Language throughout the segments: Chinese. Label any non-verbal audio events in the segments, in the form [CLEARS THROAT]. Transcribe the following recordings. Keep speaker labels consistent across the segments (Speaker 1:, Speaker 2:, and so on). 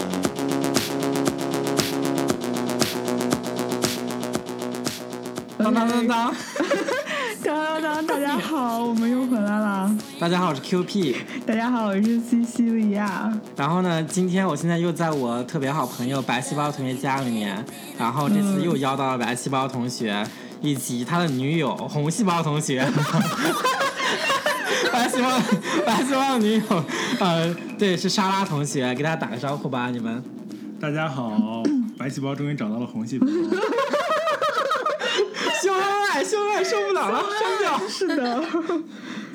Speaker 1: [LAUGHS]
Speaker 2: 当当当当！
Speaker 1: 当当当！
Speaker 2: [LAUGHS]
Speaker 1: 大家好，我们又回来了。
Speaker 2: 大家好，我是 QP。
Speaker 1: 大家好，我是西西利亚。
Speaker 2: 然后呢，今天我现在又在我特别好朋友白细胞同学家里面，然后这次又邀到了白细胞同学以及他的女友红细胞同学。 [LAUGHS] 白细胞，白细胞的女友，呃，对，是莎拉同学，给大家打个招呼吧，你们。
Speaker 3: 大家
Speaker 1: [CLEARS THROAT]
Speaker 3: 好，白细胞终于找到了红细胞。
Speaker 2: 秀恩爱，秀恩爱，受不了了，删掉。
Speaker 1: 是
Speaker 2: [LAUGHS]
Speaker 1: 的，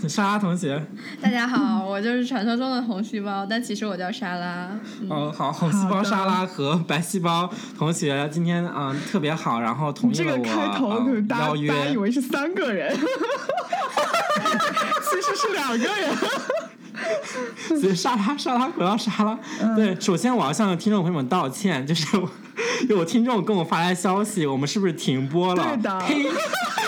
Speaker 2: 莎拉同学，
Speaker 4: 大家好，我就是传说中的红细胞，但其实我叫莎拉。嗯
Speaker 2: 哦，好，红细胞莎拉和白细胞同学今天嗯、特别好，然后同意
Speaker 1: 这
Speaker 2: 了
Speaker 1: 个
Speaker 2: 我
Speaker 1: 开头可
Speaker 2: 嗯
Speaker 1: 能大
Speaker 2: 邀
Speaker 1: 家
Speaker 2: 约
Speaker 1: 大家以为是三个人，
Speaker 2: [LAUGHS]
Speaker 1: 其实是两个人。
Speaker 2: [LAUGHS] 所以莎拉，莎拉，回到莎拉。
Speaker 1: 嗯
Speaker 2: 对，首先我要向听众朋友们道歉，就是 [LAUGHS] 我有听众跟我发来消息，我们是不是停播了？
Speaker 1: 对的
Speaker 2: 呸！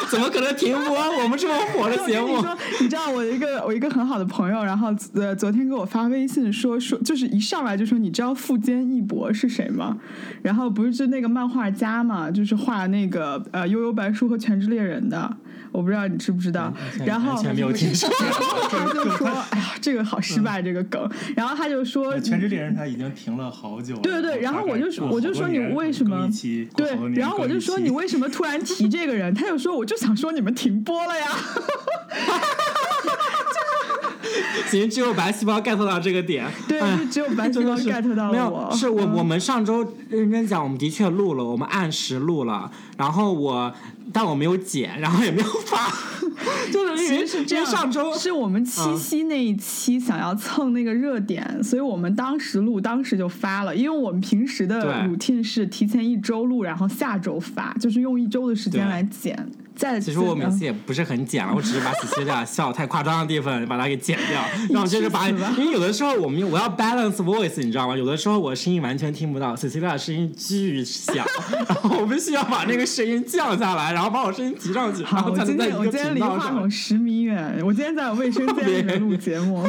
Speaker 2: 怎么可能停播？我们这么火的节
Speaker 1: 我跟，你
Speaker 2: 目
Speaker 1: 说，你知道我一个我一个很好的朋友，然后呃昨天给我发微信说说，就是一上来就说你知道富坚义博是谁吗？然后不是就那个漫画家嘛，就是画那个呃《幽游白书》和《全职猎人》的，我不知道你知不知
Speaker 2: 嗯
Speaker 1: 道。然后
Speaker 2: 完全没有
Speaker 1: [LAUGHS]
Speaker 2: 听说。
Speaker 1: 他就
Speaker 2: [LAUGHS]
Speaker 1: 说：“哎呀，这个好
Speaker 2: 嗯
Speaker 1: 失败，这个梗。”然后他就说：“
Speaker 3: 全职猎人他已经停了好久了。
Speaker 1: 对对对，然后我就说，我就说你为什么对
Speaker 3: 对，
Speaker 1: 然后我就说你为什么突然提这个人？他就说我就想说你们停播了呀。
Speaker 2: 仅只有白细胞 get 到这个点。
Speaker 1: 对
Speaker 2: 哎
Speaker 1: 就只有白细
Speaker 2: 真的
Speaker 1: 胞
Speaker 2: 是
Speaker 1: get 到了
Speaker 2: 没有，
Speaker 1: 我
Speaker 2: 是我
Speaker 1: 嗯
Speaker 2: 我们上周认真讲，我们的确录了，我们按时录了，然后我但我没有剪，然后也没有发，就是因
Speaker 1: 其
Speaker 2: 为
Speaker 1: 实是这样，
Speaker 2: 因为上周嗯
Speaker 1: 是我们七夕那一期想要蹭那个热点，所以我们当时录，当时就发了。因为我们平时的
Speaker 2: 对
Speaker 1: routine 是提前一周录，然后下周发，就是用一周的时间
Speaker 2: 对
Speaker 1: 来剪。再
Speaker 2: 其实我每
Speaker 1: 嗯
Speaker 2: 次也不是很剪了，我只是把喜剧俩笑太夸张的地方把它给剪
Speaker 1: [LAUGHS]
Speaker 2: 掉，然后接着把，
Speaker 1: 你去死吧
Speaker 2: 因为有的时候我们我要 balance voice，你知道吗？有的时候我声音完全听不到，喜剧俩声音巨小， [LAUGHS] 然后我必须要把那个声音降下来，然后把我声音提上去， [LAUGHS] 然
Speaker 1: 好，
Speaker 2: 后
Speaker 1: 我
Speaker 2: 才能
Speaker 1: 今
Speaker 2: 在一
Speaker 1: 天我
Speaker 2: 个
Speaker 1: 今天
Speaker 2: 频
Speaker 1: 离
Speaker 2: 道
Speaker 1: 话
Speaker 2: 上
Speaker 1: 筒。十米远，我今天在我卫生间里面录节
Speaker 2: [LAUGHS]
Speaker 1: 目，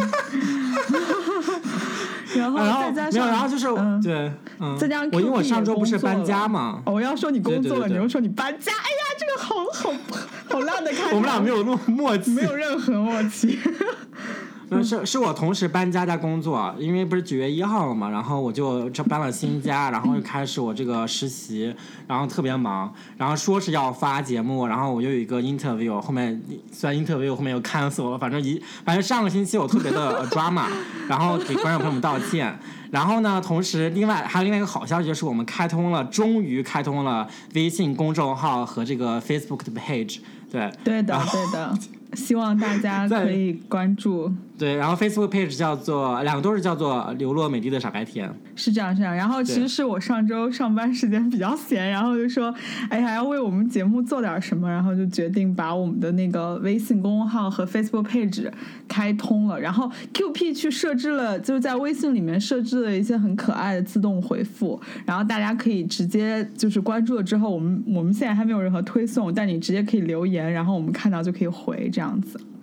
Speaker 1: 然后
Speaker 2: 然后
Speaker 1: 再加
Speaker 2: 没有，
Speaker 1: 上
Speaker 2: 然后就是、
Speaker 1: 嗯
Speaker 2: 对，嗯，
Speaker 1: 再加上
Speaker 2: 我因为我
Speaker 1: QQ
Speaker 2: 上周不是
Speaker 1: 也工作
Speaker 2: 搬家
Speaker 1: 了
Speaker 2: 嘛，
Speaker 1: 哦我要说你工作了，
Speaker 2: 对对对对
Speaker 1: 你又说你搬家，哎呀，这个好好好烂的开头，
Speaker 2: 我们俩没有录默契，
Speaker 1: 没有任何默契。
Speaker 2: [LAUGHS] 那是是我同时搬家加工作，因为不是九月一号了嘛，然后我就这搬了新家，然后又开始我这个实习，然后特别忙，然后说是要发节目，然后我又有一个 interview，后面虽然 interview 后面又 cancel 了，反正一反正上个星期我特别的呃 drama，然后给观众朋友们道歉。然后呢，同时另外还有另外一个好消息就是我们开通了，终于开通了微信公众号和这个 Facebook 的 page，对
Speaker 1: 对
Speaker 2: 然
Speaker 1: 的，
Speaker 2: 后
Speaker 1: 对的，希望大家
Speaker 2: 啊在
Speaker 1: 可以关注，
Speaker 2: 对，然后 Facebook page 叫做两个都是叫做“流落美丽的傻白甜
Speaker 1: 是这样是这样。然后其
Speaker 2: 对
Speaker 1: 实是我上周上班时间比较闲，然后就说，哎呀，要为我们节目做点什么，然后就决定把我们的那个微信公众号和 Facebook page 开通了。然后 QP 去设置了，就是在微信里面设置了一些很可爱的自动回复，然后大家可以直接就是关注了之后，我们我们现在还没有任何推送，但你直接可以留言，然后我们看到就可以回这样子。”。 [LAUGHS]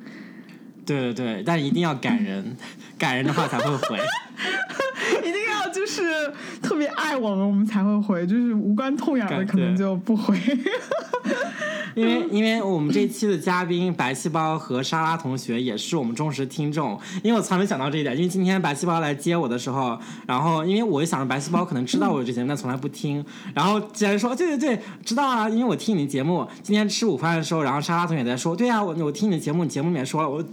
Speaker 2: 对对对，但一定要感人， [LAUGHS] 感人的话才会回。
Speaker 1: 一定要就是特别爱我们，我们才会回；就是无关痛痒的，
Speaker 2: 感
Speaker 1: 可能
Speaker 2: 对
Speaker 1: 就不回。
Speaker 2: 因为因为我们这期的嘉宾白细胞和莎拉同学也是我们忠实听众，因为我从来没想到这一点，因为今天白细胞来接我的时候，然后因为我就想着白细胞可能知道我有这节目，但从来不听，然后竟然说对对对，知道啊，因为我听你的节目，今天吃午饭的时候，然后莎拉同学在说，对啊，我我听你的节目，你节目里面说了我。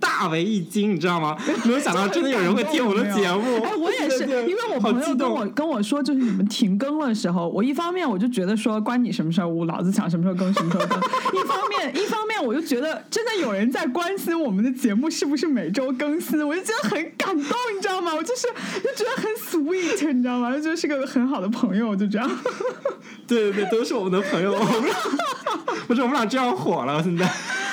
Speaker 2: 大为一惊，你知
Speaker 1: [LAUGHS]
Speaker 2: 道吗？没有想到真的有人会听我的节目。
Speaker 1: 哎，我也是，
Speaker 2: 对对
Speaker 1: 因为我
Speaker 2: 好
Speaker 1: 朋友
Speaker 2: 激
Speaker 1: 跟
Speaker 2: 动
Speaker 1: 我跟我说，就是你们停更的时候，我一方面我就觉得说关你什么事儿，我老子想什么时候更什么时候更；一方面，一方面我就觉得真的有人在关心我们的节目是不是每周更新，我就觉得很感动，你知道吗？我就是就觉得很 sweet，你知道吗？就觉得是个很好的朋友，就这样。
Speaker 2: 对对对，都是我们的朋友。我们俩 [LAUGHS] 不是我们俩这样火了，现在。
Speaker 1: [LAUGHS]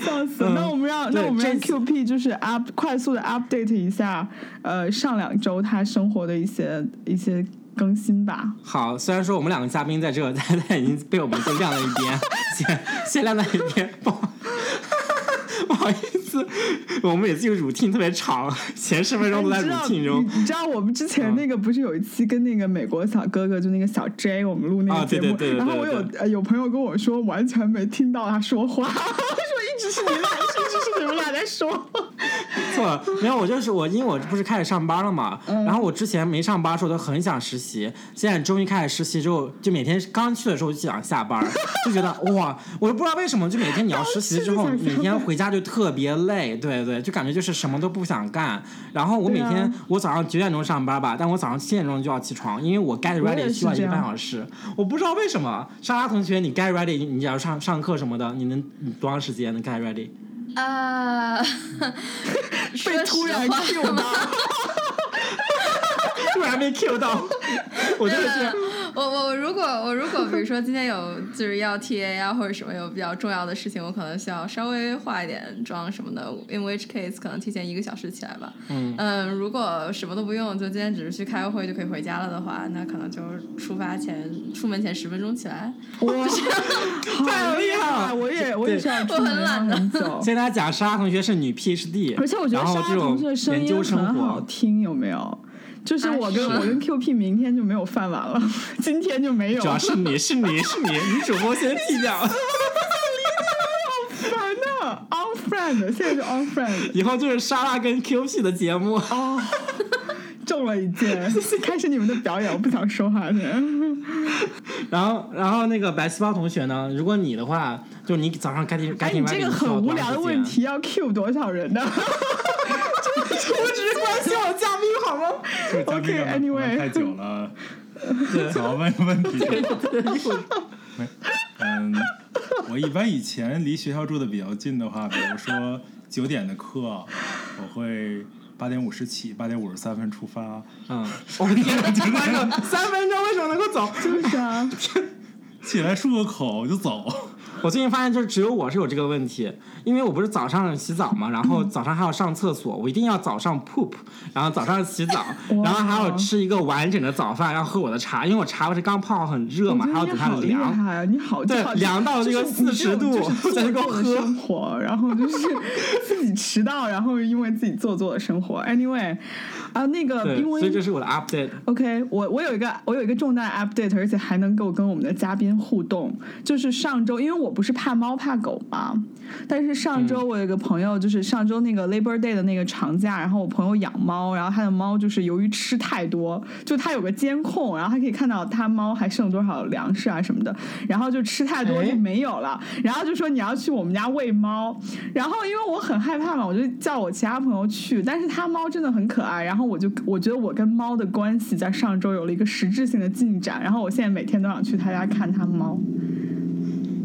Speaker 1: 笑死！
Speaker 2: 嗯
Speaker 1: 那我们让那
Speaker 2: 对
Speaker 1: 我们让
Speaker 2: 这次
Speaker 1: QP 就是 up 快速的 update 一下，呃，上两周他生活的一些一些更新吧。
Speaker 2: 好，虽然说我们两个嘉宾在这， [LAUGHS] 但但已经 [LAUGHS] 被我们先晾在一边，先先晾在一边，不好不好意思。次我们每次这个 routine 特别长，前十分钟都在
Speaker 1: 哎你知道
Speaker 2: routine 中。
Speaker 1: 你知道我们之
Speaker 2: 嗯
Speaker 1: 前那个不是有一期跟那个美国小哥哥，就那个小 J，我们录那
Speaker 2: 啊
Speaker 1: 个节
Speaker 2: 对
Speaker 1: 目，
Speaker 2: 对对对
Speaker 1: 然后我
Speaker 2: 对
Speaker 1: 有
Speaker 2: 对
Speaker 1: 呃有朋友跟我说完全没听到他说话，我 [LAUGHS] 说一直是你俩，一直是你们俩在
Speaker 2: [LAUGHS]
Speaker 1: 说。
Speaker 2: 错了，没有，我就是我，因为我不是开始上班了嘛，
Speaker 1: 嗯
Speaker 2: 然后我之前没上班的时候都很想实习，现在终于开始实习之后，就每天刚去的时候就想下班儿， [LAUGHS] 就觉得哇，我就不知道为什么，就每天你要实习之后，
Speaker 1: 刚去就
Speaker 2: 每
Speaker 1: 想
Speaker 2: 天回家就特别累，对对，就感觉就是什么都不想干。然后我每
Speaker 1: 对啊
Speaker 2: 天、我早上九点钟上班吧，但我早上七点钟就要起床，因为我 get
Speaker 1: 我也
Speaker 2: ready
Speaker 1: 是
Speaker 2: 需要一
Speaker 1: 这
Speaker 2: 个
Speaker 1: 样
Speaker 2: 半小时，我不知道为什么。莎莎同学，你 get ready，你假如上上课什么的，你能你多长时间能 get ready？
Speaker 4: [LAUGHS] 啊，说
Speaker 1: 被突
Speaker 4: 实
Speaker 1: 然
Speaker 4: 话
Speaker 1: Q 到，
Speaker 2: [LAUGHS] 突然被 Q
Speaker 1: [LAUGHS]
Speaker 2: 到，我真的是。
Speaker 1: 啊
Speaker 4: 我我我如果我如果比如说今天有就是要 TA 啊或者什么有比较重要的事情，我可能需要稍微化一点妆什么的，in which case 可能提前一个小时起来吧。
Speaker 2: 嗯
Speaker 4: 如果什么都不用，就今天只是去开个会就可以回家了的话，那可能就是出发前出门前十分钟起来。
Speaker 1: 哇，好厉害！我也我也是要出门要很久，
Speaker 2: 先给大家讲，莎莎同学是女 PhD，
Speaker 1: 而且我觉得
Speaker 2: 然后
Speaker 1: 莎
Speaker 2: 这
Speaker 1: 莎同学的
Speaker 2: 种
Speaker 1: 声
Speaker 2: 研究
Speaker 1: 音
Speaker 2: 生
Speaker 1: 很好
Speaker 2: 活，
Speaker 1: 听，有没有？就是
Speaker 4: 啊
Speaker 1: 我跟、
Speaker 4: 是
Speaker 1: 我跟 QP 明天就没有饭碗了， [LAUGHS] 今天就没有
Speaker 2: 主要是你是你是你，女主播先剃掉， [LAUGHS]
Speaker 1: 烦的 on friend，现在就 on friend
Speaker 2: 以后就是莎莎跟 QP 的节目。
Speaker 1: [LAUGHS] 哦，中了一箭，开始你们的表演，我不想说话了。
Speaker 2: 然后然后那个白细胞同学呢，如果你的话，就你早上该听该
Speaker 1: 哎，
Speaker 2: 听
Speaker 1: 你
Speaker 2: 完
Speaker 1: 这个很无聊的问，
Speaker 2: [LAUGHS]
Speaker 1: 题，要 Q 多少人呢
Speaker 2: 我只是关心我嘉宾好吗？
Speaker 3: [LAUGHS] 就是嘉宾
Speaker 1: OK，
Speaker 3: 干嘛
Speaker 1: anyway
Speaker 3: 太久了，
Speaker 1: [LAUGHS]
Speaker 3: 早问问题。没嗯，我一般以前离学校住的比较近的话，比如说九点的课，我会八点五十起，八点五十三分出发。
Speaker 2: 嗯，我
Speaker 1: [LAUGHS]
Speaker 2: 天哪，这观众三分钟为什么能够走？
Speaker 1: [LAUGHS] 就是啊，
Speaker 3: 起来漱个口就走。
Speaker 2: 我最近发现，就是只有我是有这个问题，因为我不是早上洗澡嘛，然
Speaker 1: 嗯
Speaker 2: 后早上还要上厕所，我一定要早上 poop，然后早上
Speaker 1: [LAUGHS]
Speaker 2: 洗澡，然后
Speaker 1: 哦
Speaker 2: 还要吃一个完整的早饭，然后喝我的茶，因为我茶不是刚泡好很热嘛，还要
Speaker 1: 我觉得你
Speaker 2: 等它
Speaker 1: 好厉
Speaker 2: 凉。
Speaker 1: 害啊！你好，
Speaker 2: 对
Speaker 1: 好
Speaker 2: 凉到这个
Speaker 1: 就是你种
Speaker 2: 40度
Speaker 1: 就是
Speaker 2: 才能够
Speaker 1: 做作的
Speaker 2: 喝
Speaker 1: 生活，然后就是自己迟到，然后因为自己做作的生活。Anyway，啊，那个
Speaker 2: 对，
Speaker 1: 因
Speaker 2: 所以这
Speaker 1: 为。
Speaker 2: 是我的 update。
Speaker 1: OK，我我有一个我有一个重大 update，而且还能够跟我们的嘉宾互动。就是上周，因为我不是怕猫怕狗嘛，但是上周我有一个朋友，就是上周那个 Labor Day 的那个长假，然后我朋友养猫，然后他的猫就是由于吃太多，就他有个监控，然后还可以看到他猫还剩多少粮食啊什么的，然后就吃太多
Speaker 2: 哎
Speaker 1: 就没有了，然后就说你要去我们家喂猫，然后因为我很害怕嘛，我就叫我其他朋友去，但是他猫真的很可爱，然后我就我觉得我跟猫的关系在上周有了一个实质性的进展，然后我现在每天都想去他家看他猫。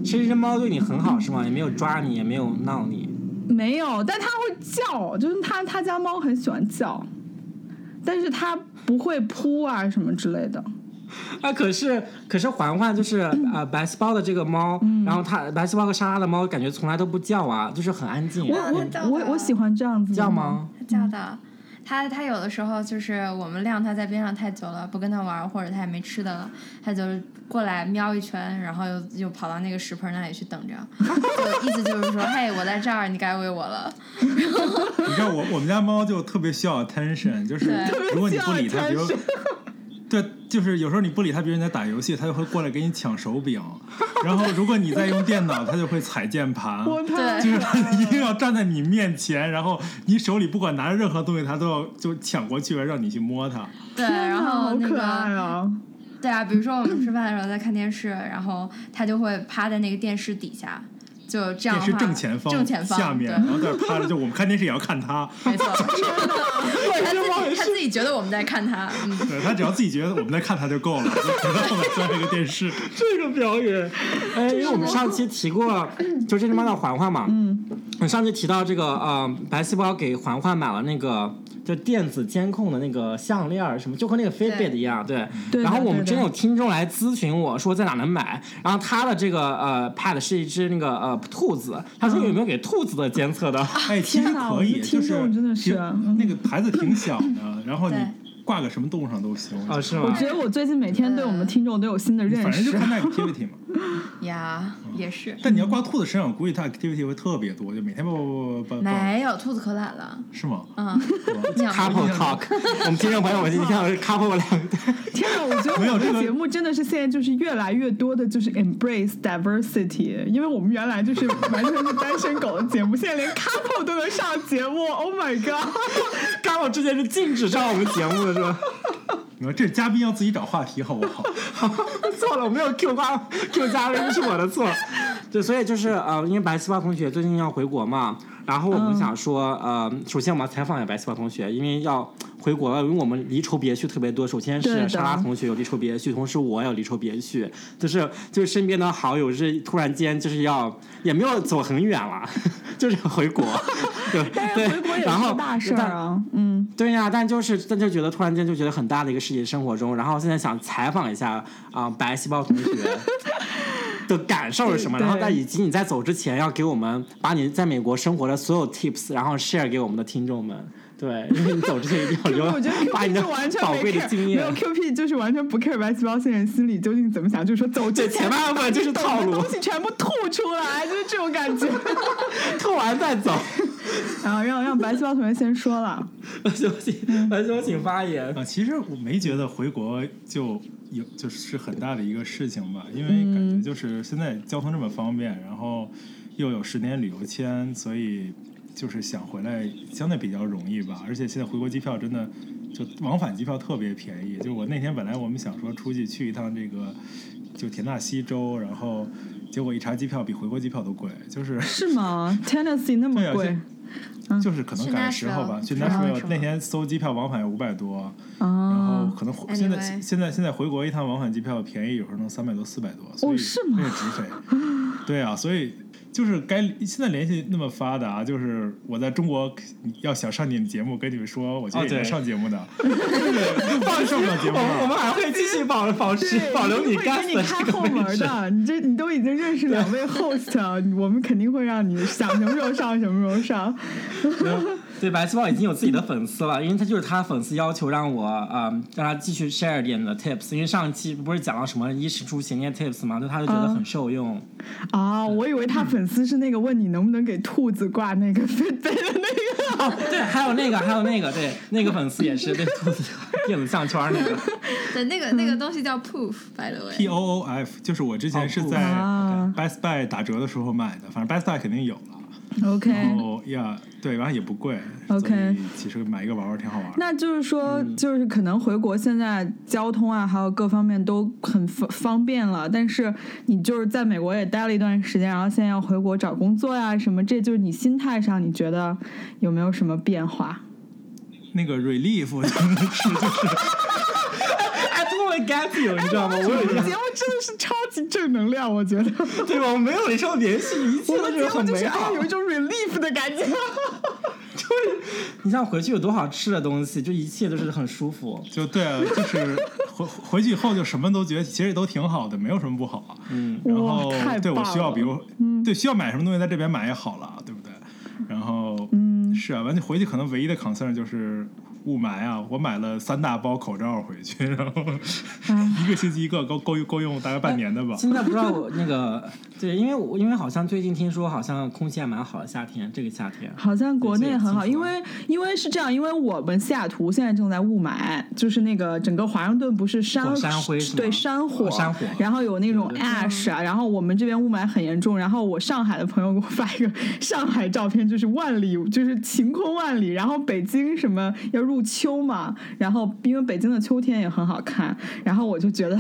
Speaker 2: 其实这猫对你很好是吗？也没有抓你，也没有闹你。
Speaker 1: 没有，但它会叫，就是它它家猫很喜欢叫，但是它不会扑啊什么之类的。
Speaker 2: 啊，可是可是环环就是
Speaker 1: 嗯
Speaker 2: 呃白细胞的这个猫，然后它白细胞和莎莎的猫感觉从来都不叫啊，就是很安静。
Speaker 1: 我
Speaker 4: 那到
Speaker 1: 我
Speaker 4: 了
Speaker 1: 我我喜欢这样子的
Speaker 2: 叫？吗？
Speaker 1: 嗯
Speaker 4: 叫的。他他有的时候就是我们晾他在边上太久了，不跟他玩儿，或者他也没吃的了，他就过来瞄一圈，然后又又跑到那个食盆那里去等着， [LAUGHS] 就意思就是说，嘿，我在这儿，你该喂我了。
Speaker 3: 你知道我我们家猫就特别需要
Speaker 4: [LAUGHS]
Speaker 3: attention，就是
Speaker 4: 对
Speaker 3: 如果你不理它，比如
Speaker 1: 特别需要 attention
Speaker 3: [LAUGHS] 对，就是有时候你不理它，比如你在打游戏，它就会过来给你抢手
Speaker 4: [LAUGHS]
Speaker 3: 柄。然后如果你在用电脑，它就会踩键盘。
Speaker 1: 我太
Speaker 4: 对
Speaker 3: 就是它一定要站在你面前，然后你手里不管拿着任何东西，它都要就抢过去，让你去摸它。
Speaker 4: 对，
Speaker 1: 天哪
Speaker 4: 然后
Speaker 1: 好
Speaker 4: 那
Speaker 1: 可爱
Speaker 4: 个
Speaker 1: 啊！
Speaker 4: 对啊，比如说
Speaker 1: [CLEARS THROAT]
Speaker 4: 我们吃饭的时候在看电视，然后他就会趴在那个电视底下，就这
Speaker 3: 电
Speaker 4: 样的
Speaker 3: 视
Speaker 4: 话
Speaker 3: 正前方，
Speaker 4: 正前方
Speaker 3: 下面，然
Speaker 4: 对
Speaker 3: 后在那趴着，就我们看电视也要看它。
Speaker 1: [LAUGHS]
Speaker 3: [LAUGHS]
Speaker 4: 没错，他自己他自己觉得我们在看他，嗯，
Speaker 3: 对，它只要自己觉得我们在看它就够了，就知道我们在那个电视。
Speaker 2: [LAUGHS] 这个表演，哎，因为我们上期提 [CLEARS THROAT] 过，就这只猫叫环环嘛，嗯，我上期提到这个呃，白细胞给环环买了那个就电子监控的那个项链儿，什么，就和那个 Fitbit 一样，对。
Speaker 1: 对的
Speaker 2: 然后我
Speaker 1: 对
Speaker 2: 们
Speaker 1: 的
Speaker 2: 真有听众来咨询我说在哪能买，然后他的这个呃 Pad 是一只那个呃兔子，他说有没有给兔子的监测 [LAUGHS] 的？
Speaker 3: 哎，其实
Speaker 1: 天哪我
Speaker 3: 可
Speaker 1: 们
Speaker 3: 以，
Speaker 1: 的
Speaker 3: 就
Speaker 1: 听众真的是
Speaker 3: 挺
Speaker 1: 嗯
Speaker 3: 那个牌子挺小的，然后你
Speaker 4: 对
Speaker 3: 挂个什么动物上都行。
Speaker 2: 哦，是
Speaker 1: 我
Speaker 2: 吗？
Speaker 1: 觉得我最近每天对我们听众都有新的认
Speaker 3: 反正就
Speaker 1: 识。 [LAUGHS]
Speaker 3: 看 activity 嘛。
Speaker 4: 呀，也是。
Speaker 3: 但你要挂兔子身上，我估计它 activity 会特别多，就每天抱抱
Speaker 4: [LAUGHS]
Speaker 3: 抱抱抱，
Speaker 4: 没有，兔子可懒了。
Speaker 3: 是吗？
Speaker 4: 嗯，鸟
Speaker 2: couple
Speaker 3: 一
Speaker 2: [LAUGHS]
Speaker 3: 样
Speaker 2: talk，我们听众朋友，我今天听到是 couple 两个， [LAUGHS]
Speaker 1: 天哪，我觉得
Speaker 3: 没有
Speaker 1: 我们
Speaker 3: 这个
Speaker 1: 的节目真的是现在就是越来越多的就是 embrace diversity，因为我们原来就是完全是单身狗的节目，现在连 couple 都能上节目，Oh my god！
Speaker 2: 刚好之前是禁止上我们节目的是吧？
Speaker 3: 你看这嘉宾要自己找话题，好不好？
Speaker 2: [LAUGHS] 错了，我没有 Q 八 Q 加了，这是我的错。对，所以就是呃，因为白细胞同学最近要回国嘛，然后我
Speaker 1: 嗯
Speaker 2: 们想说，呃，首先我们要采访一下白细胞同学，因为要回国了，因为我们离愁别绪特别多。首先
Speaker 1: 对
Speaker 2: 是
Speaker 1: 的
Speaker 2: 莎拉同学有离愁别绪，同时我也有离愁别绪，就是就是身边的好友是突然间就是要也没有走很远了， [LAUGHS] 就是回国， [LAUGHS] 对对，然后
Speaker 1: 大事儿
Speaker 2: 但
Speaker 1: 啊，嗯，
Speaker 2: 对呀、但就是但就觉得突然间就觉得很大的一个事情生活中，然后现在想采访一下啊、白细胞同学的感受是什么，
Speaker 1: 对
Speaker 2: 然后
Speaker 1: 对
Speaker 2: 但以及你在走之前要给我们把你在美国生活的所有 tips，然后 share 给我们的听众们。对，因为你走之前一定要留，
Speaker 1: 我觉得 Q
Speaker 2: 嗯把
Speaker 1: P
Speaker 2: 你的
Speaker 1: 就完全
Speaker 2: 宝
Speaker 1: 没
Speaker 2: 贵的
Speaker 1: care，
Speaker 2: 经
Speaker 1: 没
Speaker 2: 验
Speaker 1: 有。Q P 就是完全不 care 白细胞现人心里究竟怎么想，就是说走
Speaker 2: 对，
Speaker 1: 之
Speaker 2: 前
Speaker 1: 前
Speaker 2: 半部分就是套
Speaker 1: 把
Speaker 2: 路
Speaker 1: 东，西全部吐出来，就是这种感
Speaker 2: [LAUGHS]
Speaker 1: 觉。
Speaker 2: 吐完再走。
Speaker 1: 然后让让白细胞同学先说了，
Speaker 2: 休息，休息，请发言。
Speaker 3: 啊，其实我没觉得回国就有就是很大的一个事情吧，因为
Speaker 4: 嗯
Speaker 3: 感觉就是现在交通这么方便，然后又有十年旅游签，所以就是想回来相对比较容易吧。而且现在回国机票真的就往返机票特别便宜，就是我那天本来我们想说出去去一趟这个就田纳西州，然后结果一查机票比回国机票都贵，就是。
Speaker 1: 是吗？Tennessee 那么
Speaker 3: 对啊
Speaker 1: 贵
Speaker 3: 就是可能
Speaker 4: 嗯去
Speaker 3: 赶上
Speaker 4: Nashville
Speaker 3: 时候吧，去
Speaker 4: 去 Nashville
Speaker 3: Nashville 那天搜机票往返五百多，然
Speaker 2: 哦
Speaker 1: 啊
Speaker 3: 后？可能回现在
Speaker 4: Anyway
Speaker 3: 现在现在回国一趟往返机票便宜，有时候能三百多四百多，所以
Speaker 1: 哦是吗
Speaker 3: 那是直飞。对啊，所以就是该现在联系那么发达，就是我在中国要想上你们节目，跟你们说，我觉得
Speaker 2: 哦
Speaker 3: 也
Speaker 2: 对
Speaker 3: 能上节
Speaker 2: [LAUGHS]
Speaker 3: 目的，就是放上不了节目
Speaker 2: 我们我们
Speaker 3: 了。
Speaker 2: 还会继续保保持
Speaker 1: 对
Speaker 2: [LAUGHS] 保留
Speaker 1: 一定会
Speaker 2: 干
Speaker 1: 给
Speaker 2: 死
Speaker 1: 你
Speaker 2: 的
Speaker 1: 开
Speaker 2: 这个
Speaker 1: 后
Speaker 2: 位
Speaker 1: 门
Speaker 2: 置
Speaker 1: 的，你这你都已经认识两位 host 了，我们肯定会让你想什么时候上什么时候上。
Speaker 2: [LAUGHS] 对，白细胞已经有自己的粉丝了，因为他就是他粉丝要求让我，嗯，让他继续 share 点的 tips，因为上期不是讲了什么衣食住行那些 tips 嘛，就他就觉得很
Speaker 1: 嗯
Speaker 2: 受用。
Speaker 1: 啊，我以为他粉丝是那个问你能不能给兔子挂那个 Fitbit 的那个。
Speaker 2: 对，还有那个，还有那个，对，那个粉丝也是对兔子 [LAUGHS] 电子项圈那个，
Speaker 4: 对，那个那个东西叫 poof，by the
Speaker 3: 嗯 P
Speaker 4: way。
Speaker 3: O O F 就是我之前是
Speaker 2: 哦
Speaker 3: 在
Speaker 1: 啊
Speaker 3: Best Buy 打折的时候买的，反正 Best Buy 肯定有了。
Speaker 2: [LAUGHS]
Speaker 1: OK，
Speaker 3: 然
Speaker 2: 哦
Speaker 3: 后呀，对，然后也不贵
Speaker 1: OK
Speaker 3: 所以其实买一个玩玩挺好玩的。
Speaker 1: 那就是说，
Speaker 2: 嗯
Speaker 1: 就是可能回国现在交通啊，还有各方面都很方方便了，但是你就是在美国也待了一段时间，然后现在要回国找工作呀、什么，这就是你心态上你觉得有没有什么变化？
Speaker 3: 那个 relief 是就是
Speaker 2: 哎，totally get you，你知道吗？我有
Speaker 1: 这
Speaker 2: 一
Speaker 1: 个
Speaker 2: 个，
Speaker 1: 节目真的是超级正能量，我 [LAUGHS] 觉得
Speaker 2: [LAUGHS] 对吧？我没有受联系，一切
Speaker 1: 我
Speaker 2: 都
Speaker 1: 们
Speaker 2: 是
Speaker 1: 节目
Speaker 2: 很
Speaker 1: 就
Speaker 2: 美
Speaker 1: 是
Speaker 2: 好
Speaker 1: 哎。有一种 relief 的感觉。
Speaker 2: 你像回去有多少吃的东西，就一切都是很舒服。
Speaker 3: 就对啊，就是回回去以后就什么都觉得其实都挺好的，没有什么不好啊。
Speaker 2: 嗯，
Speaker 3: 然后
Speaker 1: 哇太
Speaker 3: 对我
Speaker 1: 棒
Speaker 3: 需要，
Speaker 1: 了嗯
Speaker 3: 比如、对需要买什么东西，在这边买也好了，对不对？然后嗯，是啊，完全回去可能唯一的 concern 就是雾霾啊。我买了三大包口罩回去， [LAUGHS] 然后一个星期一个，够够够用大概半年的吧。
Speaker 1: 嗯
Speaker 2: 现在不知道我那个，对，因为我因为好像最近听说，好像空气还蛮好的，夏天这个夏天。
Speaker 1: 好像国内很好，
Speaker 2: 对这也
Speaker 1: 因为因为是这样，因为我们西雅图现在正在雾霾，就是那个整个华盛顿不是山、
Speaker 2: 火山灰是吗
Speaker 1: 对山火、
Speaker 2: 哦山火
Speaker 1: 然后有那种
Speaker 2: 对
Speaker 1: ash 啊，然后我们这边雾霾很严重，然后我上海的朋友给我发一个 [LAUGHS] 上海照片，就是万里就是晴空万里，然后北京什么要入秋嘛，然后因为北京的秋天也很好看，然后我就觉得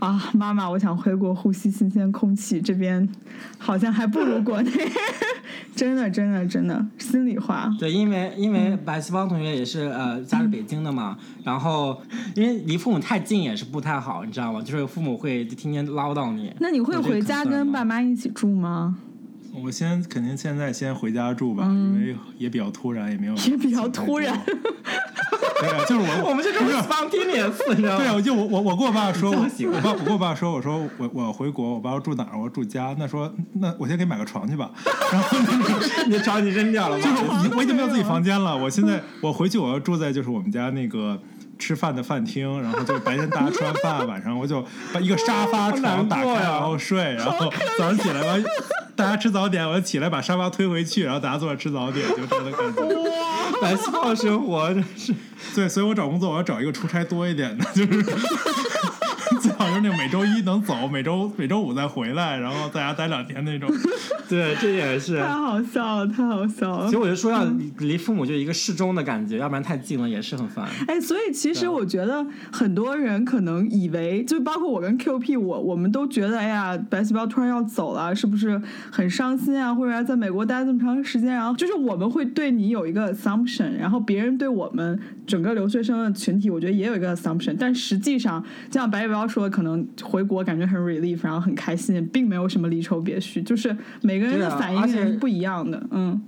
Speaker 1: 啊，妈妈，我想回国呼吸新鲜空气，这边好像还不如国内。 [LAUGHS] 真的，真的，真的，心里话，
Speaker 2: 对，因为因为
Speaker 1: 嗯
Speaker 2: 白西方同学也是呃家是北京的嘛，然后因为离父母太近也是不太好，你知道吗？就是父母会天天唠叨你。
Speaker 1: 那你会
Speaker 2: 有这个
Speaker 1: 回家
Speaker 2: concern
Speaker 1: 跟
Speaker 2: 吗
Speaker 1: 爸妈一起住吗？
Speaker 3: 我先肯定现在先回家住吧，因为也比较突然，也没有
Speaker 1: 嗯也比较突然
Speaker 3: 想太多。 [LAUGHS] 对啊，就是
Speaker 2: [LAUGHS]
Speaker 3: 我
Speaker 2: 我们这种 spontaneous，你知
Speaker 1: [LAUGHS]
Speaker 2: 道
Speaker 3: 对啊，
Speaker 2: 吗？
Speaker 3: 我就我我我跟我
Speaker 2: [LAUGHS]
Speaker 3: 爸说，我
Speaker 2: 造型
Speaker 3: 我爸我跟我爸说，我说我我回国，我爸说住哪儿？我说住家。那说那我先给你买个床去吧。然后
Speaker 2: [LAUGHS] 你找你扔掉了
Speaker 3: 就是
Speaker 2: 吗？ [LAUGHS]
Speaker 3: 我已经我已经没有自己房间了，我现在我回去我要住在就是我们家那个。吃饭的饭厅，然后就白天大家吃完饭，晚上我就把一个沙发床打
Speaker 2: 好难
Speaker 3: 开，
Speaker 2: 过呀
Speaker 3: 然后睡，然后早上
Speaker 2: [LAUGHS]
Speaker 3: 起来完，大家吃早点，我就起来把沙发推回去，然后大家坐着吃早点，就这样的感觉。
Speaker 2: 玩笑生活真是。
Speaker 3: 对，所以我找工作我要找一个出差多一点的，就是 [LAUGHS] 最好就是那种每周一能走，每周每周五再回来，然后在家待两天那种。
Speaker 2: 对，这也是。
Speaker 1: 太 [LAUGHS] 好嗯笑了，太好笑了
Speaker 2: 其实。我就说要离父母就一个适中的感觉，要不然太近了也是很烦。
Speaker 1: 哎，所以其实
Speaker 2: 对
Speaker 1: 我觉得很多人可能以为，就包括我跟 QP，我我们都觉得，哎呀，白细胞突然要走了，是不是很伤心啊？或者在美国待这么长时间，然后就是我们会对你有一个 assumption，然后别人对我们整个留学生的群体，我觉得也有一个 assumption，但实际上，就像白细胞说，可能回国感觉很 relief，然后很开心，并没有什么离愁别绪，就是每个人
Speaker 2: 对
Speaker 1: 的
Speaker 2: 啊
Speaker 1: 反
Speaker 2: 而
Speaker 1: 应
Speaker 2: 且
Speaker 1: 是不一样的，嗯。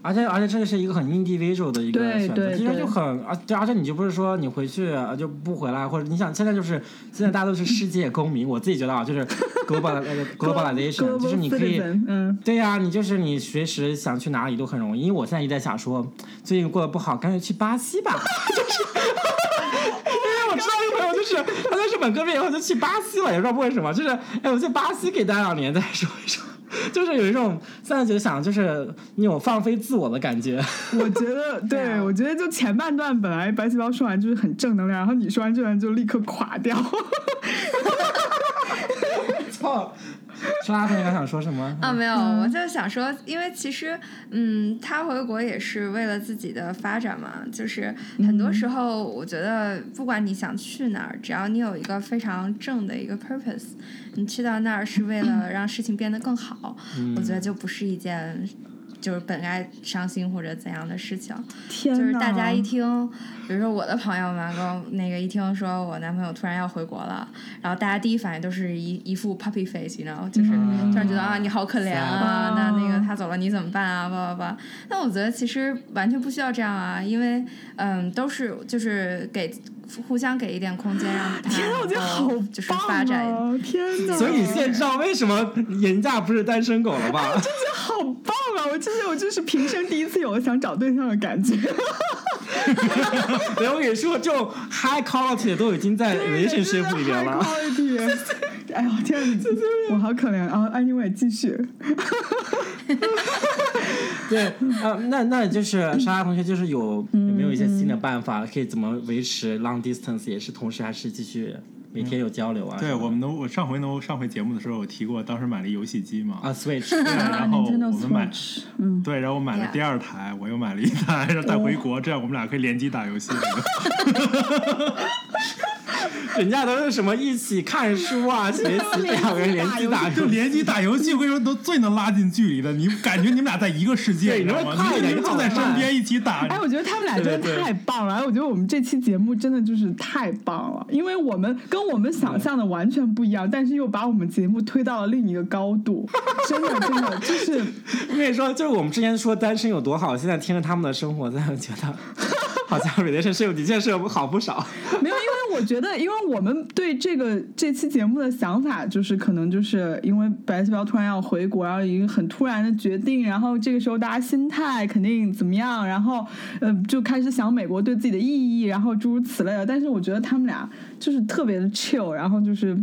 Speaker 2: 而且而且这个是一个很 individual 的一个
Speaker 1: 对
Speaker 2: 选择，
Speaker 1: 对
Speaker 2: 其实
Speaker 1: 对
Speaker 2: 就很，而且而且你就不是说你回去呃就不回来，或者你想现在就是现在大家都是世界公民，我自己觉得啊，就是 global 呃
Speaker 1: [LAUGHS]
Speaker 2: globalization，就是你可以
Speaker 1: Global citizen，嗯，
Speaker 2: 对呀、你就是你随时想去哪里都很容易。因为我现在一直在想说，最近过得不好，干脆去巴西吧。 [LAUGHS] 就是，因为我知道一个朋友，就是他在日本哥毕业以后就去巴西了，也不知道为什么。就是，哎，我去巴西给待两年再说一说。 [LAUGHS] 就是有一种现在就想，就是那种放飞自我的感觉。 [LAUGHS]
Speaker 1: [LAUGHS] 我觉得，对
Speaker 4: 啊
Speaker 1: 我觉得就前半段本来白细胞说完就是很正能量，然后你说完这段就立刻垮掉。 [LAUGHS]
Speaker 2: 操！说拉特，你刚想说什么？
Speaker 4: 啊，没有，我就想说，因为其实，嗯，他回国也是为了自己的发展嘛。就是很
Speaker 3: 嗯
Speaker 4: 多时候，我觉得不管你想去哪儿，只要你有一个非常正的一个 purpose，你去到那儿是为了让事情变得更好，我
Speaker 3: 嗯
Speaker 4: 觉得就不是一件。就是本该伤心或者怎样的事情，
Speaker 1: 天
Speaker 4: 就是
Speaker 1: 呐
Speaker 4: 大家一听，比如说我的朋友嘛，跟我那个一听说我男朋友突然要回国了，然后大家第一反应都是一一副 puppy face，然后就是
Speaker 2: 嗯
Speaker 4: 突然觉得啊你好可怜啊，
Speaker 1: sad
Speaker 4: 那那个他走了你怎么办啊，叭叭叭。那我觉得其实完全不需要这样啊，因为嗯都是就是给互相给一点空间，让他
Speaker 1: 天呐，我觉得好
Speaker 4: 能够
Speaker 1: 棒
Speaker 4: 就是发展。
Speaker 1: 啊！天呐，
Speaker 2: 所以你现在知道为什么人家不是单身狗了吧？
Speaker 1: 好棒啊！我这是我就是平生第一次有了想找对象的感
Speaker 2: [LAUGHS]
Speaker 1: 觉。
Speaker 2: 然后我跟你说，这种 high quality 都已经在
Speaker 1: [LAUGHS]
Speaker 2: relationship 里面了。
Speaker 1: 了。
Speaker 2: [LAUGHS]
Speaker 1: 哎呦天呐，我好可怜啊！Anyway，继续。
Speaker 2: 对，呃，那那就是莎莎同学，就是有有没有一些新的办法，可以怎么维持 long distance，也是同时还是继续每天有交流啊？
Speaker 3: 对，我们都我上回呢，我上回节目的时候我提过，当时买了一游戏机嘛，
Speaker 2: 啊，switch，
Speaker 3: 对，然后我们买
Speaker 1: Nintendo Switch，嗯，
Speaker 3: 对，然后我买了
Speaker 4: Yeah
Speaker 3: 第二台，我又买了一台，然后带回国，这样我们俩可以联机打游戏。
Speaker 2: 人家都是什么一起看书啊，学 [LAUGHS] 习两个人联机打
Speaker 3: [LAUGHS] 就
Speaker 2: 游戏。
Speaker 3: 联机打游戏，我跟你说，都最能拉近距离的。你感觉你们俩在一个世界，
Speaker 2: 对
Speaker 3: 你知道
Speaker 2: 你
Speaker 3: 吗？
Speaker 2: 们快
Speaker 3: 你
Speaker 2: 点
Speaker 3: 们就在身边一起打。
Speaker 1: 哎，我觉得他们俩
Speaker 2: 对
Speaker 1: 真
Speaker 2: 对
Speaker 1: 的太棒了。哎我觉得我们这期节目真的就是太棒了，因为我们跟我们想象的完全不一样，但是又把我们节目推到了另一个高度。真的，真的就是
Speaker 2: 我跟你说，就是我们之前说单身有多好，现在听着他们的生活，真的觉得 [LAUGHS] 好像 relationship 的确是好不少。
Speaker 1: [LAUGHS] 没有，因为我觉得，因为我们对这个这期节目的想法就是，可能就是因为白细胞突然要回国，然后一个很突然的决定，然后这个时候大家心态肯定怎么样，然后呃就开始想美国对自己的意义，然后诸如此类的。但是我觉得他们俩就是特别的 chill，然后就是。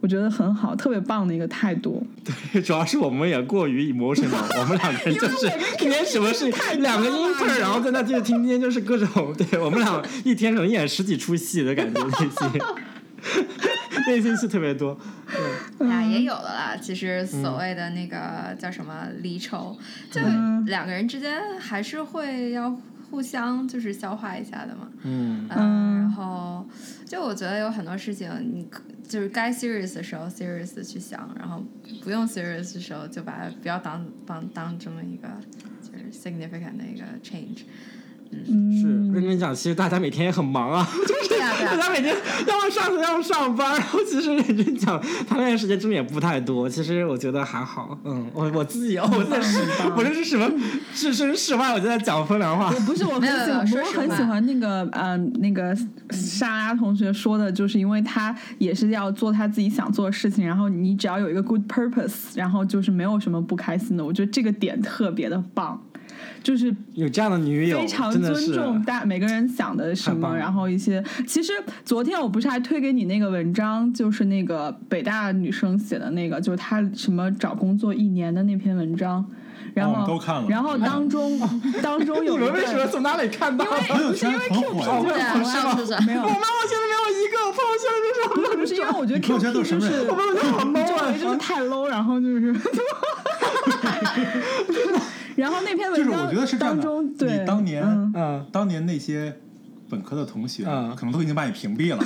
Speaker 1: 我觉得很好，特别棒的一个态度。
Speaker 2: 对， [LAUGHS] 主要是我们也过于 emotional，我们两个人就是今天什么事，两个英特儿，然后在那就是天天就是各种，对 [LAUGHS] 我们俩一天可能演十几出戏的感觉，内
Speaker 1: [LAUGHS]
Speaker 2: 心内心戏特别多。
Speaker 1: 啊
Speaker 4: 呀，也
Speaker 1: 嗯
Speaker 4: 有的啦。其实所谓的那个叫什么离愁，就
Speaker 1: 嗯
Speaker 4: 两个人之间还是会要互相就是消化一下的嘛。
Speaker 2: 嗯，
Speaker 1: 嗯
Speaker 4: 然后就我觉得有很多事情，你可就是该 serious 的时候 serious 地去想，然后不用 serious 的时候就把它不要当当当这么一个就是 significant 的一个 change。
Speaker 1: 嗯
Speaker 2: 是认真讲，其实大家每天也很忙啊，
Speaker 4: 对呀对
Speaker 2: 大 [LAUGHS]
Speaker 4: 呀，
Speaker 2: 家每天要么上学，要么上班，然后其实认真讲，谈恋爱时间真的也不太多。其实我觉得还好，嗯，我我自己，我
Speaker 1: 嗯
Speaker 2: 在室，我这是什么置身事外，我就在讲风凉话。
Speaker 1: 不是我很
Speaker 4: 没有没有
Speaker 1: 喜
Speaker 4: 说
Speaker 1: 欢，我
Speaker 4: 实
Speaker 1: 很
Speaker 4: 话
Speaker 1: 喜欢那个嗯、那个莎拉同学说的，就是因为她也是要做她自己想做的事情，然后你只要有一个 good purpose，然后就是没有什么不开心的。我觉得这个点特别的棒。就是
Speaker 2: 有这样的女友，
Speaker 1: 非常
Speaker 2: 真的
Speaker 1: 尊
Speaker 2: 是
Speaker 1: 重大每个人想的什
Speaker 2: 太棒
Speaker 1: 么，
Speaker 2: 了
Speaker 1: 然后一些。其实昨天我不是还推给你那个文章，就是那个北大女生写的那个，就是她什么找工作一年的那篇文章。然
Speaker 3: 哦我
Speaker 1: 后、
Speaker 3: 们都看了
Speaker 1: 然后当
Speaker 2: [LAUGHS]
Speaker 1: 中、当中有一
Speaker 2: 你们为什么
Speaker 1: 段
Speaker 2: 从哪里看到的？
Speaker 3: 朋友圈很火，
Speaker 4: 对，啊我要自转。
Speaker 1: 没有
Speaker 2: [LAUGHS] 我妈我现在没有一个，我朋友圈都是
Speaker 1: 不是不是因为我觉得
Speaker 3: 朋
Speaker 1: Q
Speaker 3: 友圈
Speaker 1: Q
Speaker 3: 都是什
Speaker 1: 就
Speaker 3: 么
Speaker 1: 是
Speaker 3: 人
Speaker 1: 我
Speaker 2: 我
Speaker 1: 认为就
Speaker 2: 觉得好 low
Speaker 1: 是太 low，然后就是。 [LAUGHS] 然后那篇文
Speaker 3: 就是
Speaker 1: 章
Speaker 3: 我觉得是这样
Speaker 1: 当中，
Speaker 3: 的。
Speaker 1: 对，
Speaker 3: 你当年、
Speaker 1: 嗯
Speaker 2: 嗯，
Speaker 3: 当年那些本科的同学，
Speaker 2: 嗯
Speaker 3: 可能都已经把你
Speaker 2: [LAUGHS]
Speaker 3: 屏蔽了，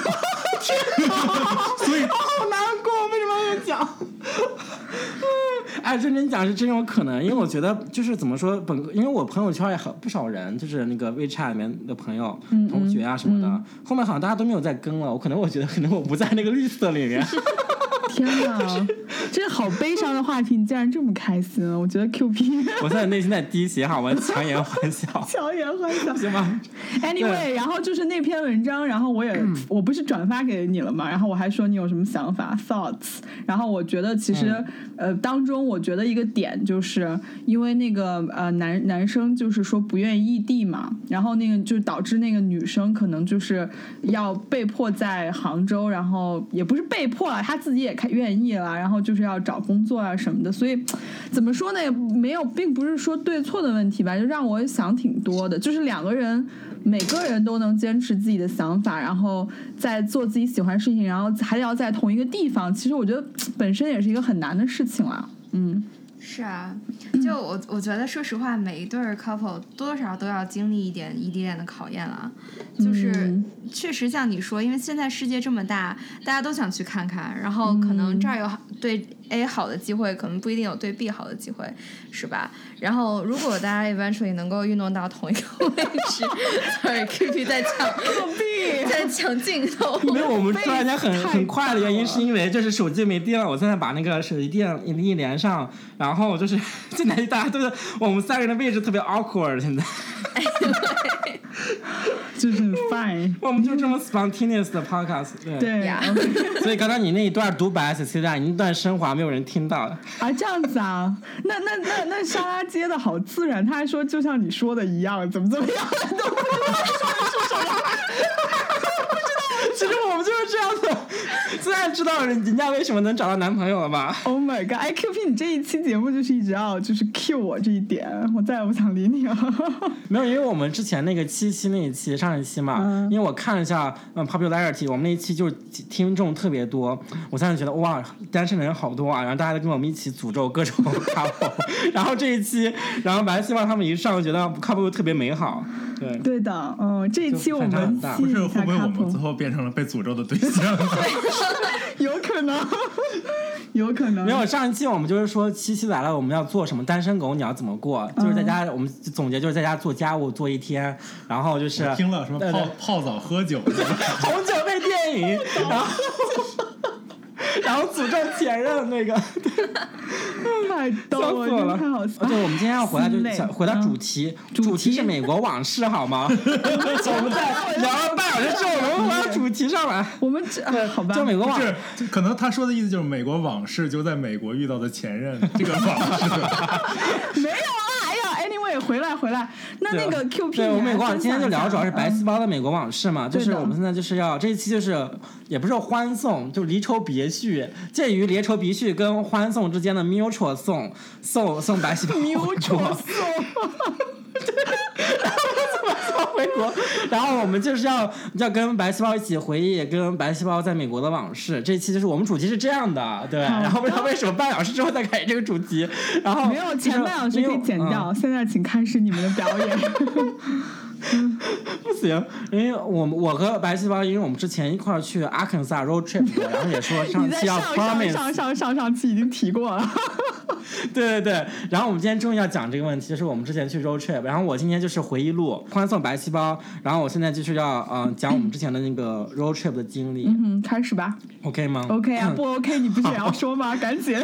Speaker 3: 所以
Speaker 2: 哦好难过，为什么要讲？ [LAUGHS] 哎，认真讲是真有可能，因为我觉得就是怎么说，本因为我朋友圈也很不少人，就是那个 WeChat 里面的朋友、同学啊什么的，后面好像大家都没有再更了。我可能我觉得可能我不在那个 list 里 [LAUGHS] 面，
Speaker 1: 天
Speaker 3: [LAUGHS]
Speaker 1: 哪，这是好悲伤的话题，你竟然这么开心！啊我觉得 Q P，
Speaker 2: 我现在内心在滴血哈，我强颜欢笑
Speaker 1: [LAUGHS] 强颜欢笑。
Speaker 2: 行吧？
Speaker 1: Anyway，然后就是那篇文章，然后我也、我不是转发给你了嘛，然后我还说你有什么想法 thoughts，然后我觉得其实、呃当中我觉得一个点就是因为那个呃男男生就是说不愿意异地嘛，然后那个就导致那个女生可能就是要被迫在杭州，然后也不是被迫啊了，她自己也开愿意了，然后就是要找工作啊什么的，所以怎么说呢，也没有，并不是说对错的问题吧，就让我想挺多的，就是两个人。每个人都能坚持自己的想法，然后在做自己喜欢的事情，然后还要在同一个地方。其实我觉得本身也是一个很难的事情啦。嗯，
Speaker 4: 是啊，就我我觉得，说实话，每一对儿 couple 多少都要经历一点异地恋的考验了。就是、
Speaker 1: 嗯
Speaker 4: 确实像你说，因为现在世界这么大，大家都想去看看，然后可能这
Speaker 1: 嗯
Speaker 4: 儿有好对 A 好的机会，可能不一定有对 B 好的机会，是吧？然后如果大家 eventually 能够运动到同一个位置 [LAUGHS] ，sorry Q P 在抢在抢镜头，
Speaker 2: [LAUGHS] 因为我们
Speaker 1: 被
Speaker 2: 突然间很
Speaker 1: 太
Speaker 2: 很快的原因，是因为就是手机没电了，我现在把那个手机电一连上，然后就是 [LAUGHS] 现在大家都是我们三个人的位置特别 awkward，现在
Speaker 1: 就是 [LAUGHS] fine。
Speaker 2: 我们就这么 spontaneous 的 podcast，对，
Speaker 1: 对
Speaker 4: 呀
Speaker 1: OK
Speaker 2: 所以刚才你那一段独白，Cecilia，你那段升华没有人听
Speaker 1: [LAUGHS]
Speaker 2: 到，[LAUGHS]
Speaker 1: 啊，这样子啊，那那那那莎拉接的好自然，她还说就像你说的一样，怎么怎么样， [LAUGHS] 都不知道说的是什么。
Speaker 2: 其实我们就是这样的，现在知道人人家为什么能找到男朋友了吧？
Speaker 1: Oh my god！哎，Q P，你这一期节目就是一直要就是 cue 我这一点，我再也不想理你了。 [LAUGHS]
Speaker 2: 没有，因为我们之前那个七夕那一期上一期嘛，
Speaker 1: 嗯
Speaker 2: 因为我看了一下嗯 popularity，我们那一期就是听众特别多，我现在觉得哇，单身的人好多啊，然后大家都跟我们一起诅咒各种
Speaker 3: [LAUGHS]
Speaker 2: couple，然后这一期，然后本来希望他们一上，觉得 couple 特别美好，对。
Speaker 1: 对的，嗯，这一期我
Speaker 2: 就反差
Speaker 1: 们
Speaker 2: 嗯很大
Speaker 1: 吸
Speaker 3: 不
Speaker 1: 引
Speaker 3: 是
Speaker 1: 一
Speaker 3: 会
Speaker 1: 下
Speaker 3: 不会我们
Speaker 1: couple
Speaker 3: 最后变成了被诅咒的对
Speaker 2: [LAUGHS]
Speaker 3: 象？
Speaker 1: 有可能， [LAUGHS] 有可能
Speaker 2: 没有，上一期我们就是说七夕来了，我们要做什么？单身狗你要怎么过？就是在
Speaker 3: 嗯
Speaker 2: 家，我们总结就是在家做家务做一天，然后就是
Speaker 3: 听了什么
Speaker 2: 对对
Speaker 3: 泡泡澡喝
Speaker 2: [LAUGHS]
Speaker 3: 酒，
Speaker 2: 红酒配电影，然后然后诅咒前任那个。
Speaker 1: 太逗
Speaker 2: 笑死
Speaker 1: 啊真
Speaker 2: 我
Speaker 1: 的
Speaker 2: 了！
Speaker 1: 太好笑。
Speaker 2: 对，我们今天要回来就
Speaker 1: 心
Speaker 2: 是
Speaker 1: 累
Speaker 2: 想回到主题，主题是美国往事，好 [LAUGHS] 吗？我们在聊了半小时之后，我们回到主题上来，
Speaker 1: [LAUGHS] 我们这、啊、好吧，
Speaker 2: 就美国往
Speaker 3: 就是就可能他说的意思就是美国往事，就在美国遇到的前
Speaker 2: [LAUGHS]
Speaker 3: 任，这个往事。
Speaker 1: 没有啊。哎呀，anyway，回来回来，那那个 Q P，
Speaker 2: 对，我们美国往事今天就聊主要是
Speaker 1: [LAUGHS]
Speaker 2: 白细胞的美国往事嘛，就
Speaker 1: 对
Speaker 2: 是
Speaker 1: 的
Speaker 2: 我们现在就是要这一期就是也不是欢送，就离愁别绪，介于离愁别绪跟欢送之间的 mutual 送送送白细胞啊
Speaker 1: mutual
Speaker 2: [LAUGHS] 回国，然后我们就是要要跟白细胞一起回忆跟白细胞在美国的往事。这期就是我们主题是这样的，对。
Speaker 1: 好的
Speaker 2: [LAUGHS] 然后不知道为什么半小时之后才开始这个主题，然后嗯
Speaker 1: 没有前半小时可以剪
Speaker 2: 因为
Speaker 1: 掉，现在请开始你们的表演。
Speaker 2: 嗯不行，因为我们我和白细胞，因为我们之前一块儿去阿肯萨 road trip 过，然后也
Speaker 1: [LAUGHS]
Speaker 2: 说 [LAUGHS] 上
Speaker 1: 你在
Speaker 2: 期要
Speaker 1: 上上
Speaker 2: promise
Speaker 1: 上上上上期已经提过了， [LAUGHS]
Speaker 2: 对对对，然后我们今天终于要讲这个问题，就是我们之前去 road trip，然后我今天就是回忆录，欢送白细胞，然后我现在就是要嗯、呃讲我们之前的那个 road trip 的经历、
Speaker 1: 嗯，开始吧。
Speaker 2: o k 吗
Speaker 1: OK
Speaker 2: [LAUGHS]
Speaker 1: 啊，不 OK 你不是也要说吗？赶紧。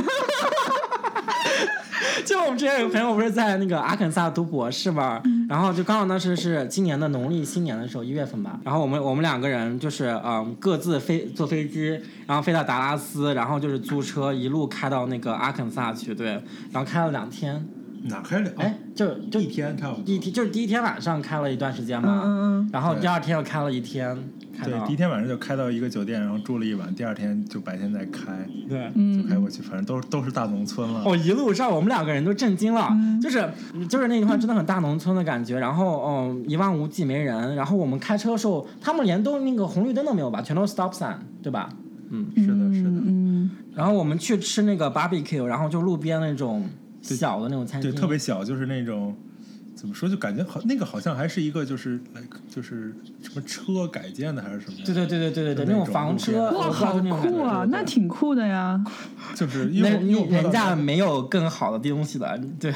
Speaker 2: 就我们之前有个朋友不是在那个阿肯萨读博士嘛，
Speaker 1: 嗯
Speaker 2: 然后就刚好当时是今年的农历新年的时候，一月份吧。然后我们我们两个人就是嗯各自飞坐飞机，然后飞到达拉斯，然后就是租车一路开到那个阿肯萨去，对，然后开了两天。
Speaker 3: [LAUGHS] 哪开了？哦
Speaker 2: 哎，就就
Speaker 3: 一天差不多
Speaker 2: 一天哎就是第一天晚上开了一段时间
Speaker 1: 嗯
Speaker 2: 嘛，
Speaker 1: 嗯
Speaker 2: 然后
Speaker 3: 对
Speaker 2: 第二天又开了一天，开
Speaker 3: 对
Speaker 2: 到，
Speaker 3: 第一天晚上就开到一个酒店，然后住了一晚，第二天就白天再开，
Speaker 2: 对。
Speaker 3: 就开过去，反正都是都是大农村了。
Speaker 2: 哦，一路上我们两个人都震惊了，
Speaker 1: 嗯
Speaker 2: 就是就是那一块真的很大农村的感觉，然后嗯一望无际没人，然后我们开车的时候，他们连都那个红绿灯都没有吧，全都是 stop sign，对吧？嗯，
Speaker 3: 是的，是的，
Speaker 1: 嗯
Speaker 2: 然后我们去吃那个 barbecue，然后就路边那种小的那种餐
Speaker 3: 对，
Speaker 2: 厅，
Speaker 3: 特别小，就是那种怎么说，就感觉好，那个好像还是一个就是就是什么车改建的还是什么的，
Speaker 2: 对对对对对对对，
Speaker 3: 就那
Speaker 2: 种
Speaker 3: 种
Speaker 2: 房
Speaker 3: 路边
Speaker 2: 车，
Speaker 3: 的
Speaker 2: 我
Speaker 1: 哇，
Speaker 2: 不知道
Speaker 1: 好
Speaker 2: 就那种感
Speaker 1: 酷
Speaker 2: 觉
Speaker 1: 啊，
Speaker 2: 对
Speaker 1: 那挺酷的呀。
Speaker 3: 就是因
Speaker 2: 那
Speaker 3: 为我因为我
Speaker 2: 人
Speaker 3: 不知道
Speaker 2: 家没有更好的东西的，对，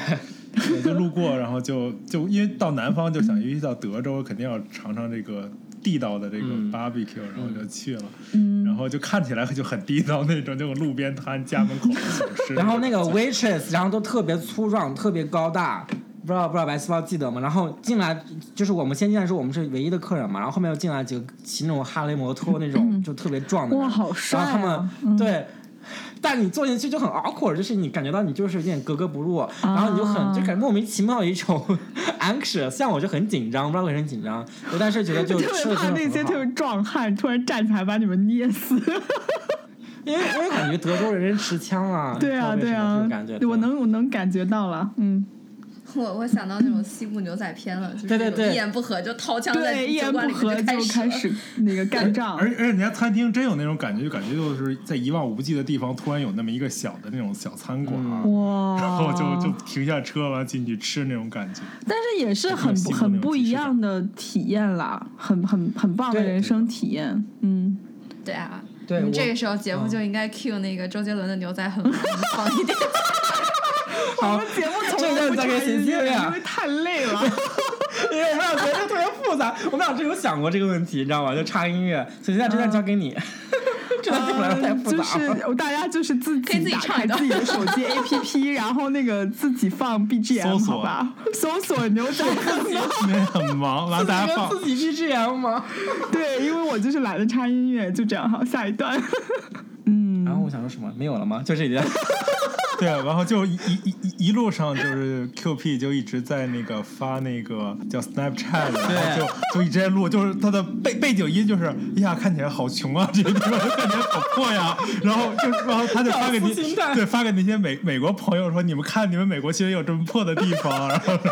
Speaker 3: 对就路过，然后就就因为到南方就想，因为到德州肯定要尝尝这个地道的这个
Speaker 2: 嗯
Speaker 3: barbecue，、然后就去了，
Speaker 1: 嗯
Speaker 3: 然后就看起来就很地道那种，就路边摊家门口小
Speaker 1: 嗯
Speaker 3: 吃。
Speaker 2: 然后那个 waitress，然后都特别粗壮，特别高大，不知道不知道白细胞记得吗？然后进来就是我们先进来的时候，我们是唯一的客人嘛，然后后面又进来几个骑那种哈雷摩托那种，就特别壮的
Speaker 1: 嗯
Speaker 2: 人，
Speaker 1: 哇好帅啊
Speaker 2: 然后他们对。但你坐进去就很 awkward，就是你感觉到你就是有点格格不
Speaker 1: 啊
Speaker 2: 入，然后你就很就感觉莫名其妙有一种 anxious，像我就很紧张，不知道为什么紧张，对但是觉得
Speaker 1: [LAUGHS]
Speaker 2: 就
Speaker 1: 特
Speaker 2: 吃
Speaker 1: 别
Speaker 2: 的
Speaker 1: 怕
Speaker 2: 真的
Speaker 1: 那
Speaker 2: 很
Speaker 1: 些
Speaker 2: 好
Speaker 1: 特别壮汉突然站起来把你们捏死。
Speaker 2: 因为我也感觉德州人是持枪啊，
Speaker 1: 对啊，
Speaker 2: 不知
Speaker 1: 对
Speaker 2: 道为什么
Speaker 1: 啊
Speaker 2: 就感觉，
Speaker 1: 我能我能感觉到了，嗯，
Speaker 4: 我我想到那种西部牛仔片了，就是
Speaker 2: 对对
Speaker 4: 那种
Speaker 2: 对
Speaker 4: 一言不合就掏枪在
Speaker 1: 对，一言
Speaker 4: 酒
Speaker 1: 不
Speaker 4: 馆里
Speaker 1: 合就
Speaker 4: 面就
Speaker 1: 开
Speaker 4: 始
Speaker 1: 始那个干仗
Speaker 3: 而。而且人家餐厅真有那种感觉，就感觉就是在一望无际的地方，突然有那么一个小的那种小餐馆，
Speaker 2: 嗯 [LAUGHS] 哦
Speaker 1: 哇！
Speaker 3: 然后就就停下车完进去吃那种感觉。 [LAUGHS]
Speaker 1: 但是也是
Speaker 3: 我看
Speaker 1: 很
Speaker 3: 西部那
Speaker 1: 很
Speaker 3: 种
Speaker 1: 不
Speaker 3: 即
Speaker 1: 一
Speaker 3: 视感
Speaker 1: 样的体验啦，很很很棒的
Speaker 2: 对
Speaker 1: 人生体验。嗯，
Speaker 4: 对啊，
Speaker 2: 对
Speaker 4: 我们
Speaker 2: 我
Speaker 4: 这个时候节目就应该 cue 那个周杰伦的《牛仔很忙》放一点。
Speaker 2: 好，
Speaker 1: [LAUGHS] 节目从
Speaker 2: 这
Speaker 1: 来
Speaker 2: 段
Speaker 1: 不
Speaker 2: 再给
Speaker 1: 插
Speaker 2: 信
Speaker 1: 音
Speaker 2: 息
Speaker 1: 乐
Speaker 2: 了
Speaker 1: 因为太累
Speaker 2: [LAUGHS]
Speaker 1: 了。
Speaker 2: 因为我们俩觉得特别复杂，我们俩真有想过这个问题，你知道吗？就插音乐，所以现在这段交给你， [LAUGHS] 这段对我来说太复
Speaker 1: 就
Speaker 2: 杂了。
Speaker 1: 是大家就是自
Speaker 4: 可以自己
Speaker 1: 打
Speaker 4: 唱
Speaker 1: 开
Speaker 4: 的
Speaker 1: 自己的手 [LAUGHS] 机 APP，然后那个自己放 BGM
Speaker 3: 搜索
Speaker 1: 好吧？ [LAUGHS] 搜索牛
Speaker 2: [LAUGHS]
Speaker 1: 仔很忙。
Speaker 3: 那很忙，完大家放
Speaker 2: 自己是这样吗？
Speaker 1: 对，因为我就是懒得插音乐，就这样好，下一段。
Speaker 2: 然后我想说什么？没有了吗？就这点。
Speaker 3: 对，然后就一一一一路上就是 Q P 就一直在那个发那个叫 Snapchat，的然后就就一直在录，就是他的背背景音就是，哎呀，看起来好穷啊，这个地方看起来好破
Speaker 2: [LAUGHS]
Speaker 3: 呀，然后就然后他就发给
Speaker 2: 屌
Speaker 3: 你
Speaker 2: 丝心态，
Speaker 3: 对，发给那些美美国朋友说，你们看你们美国其实有这么破的地方，然后
Speaker 2: [LAUGHS]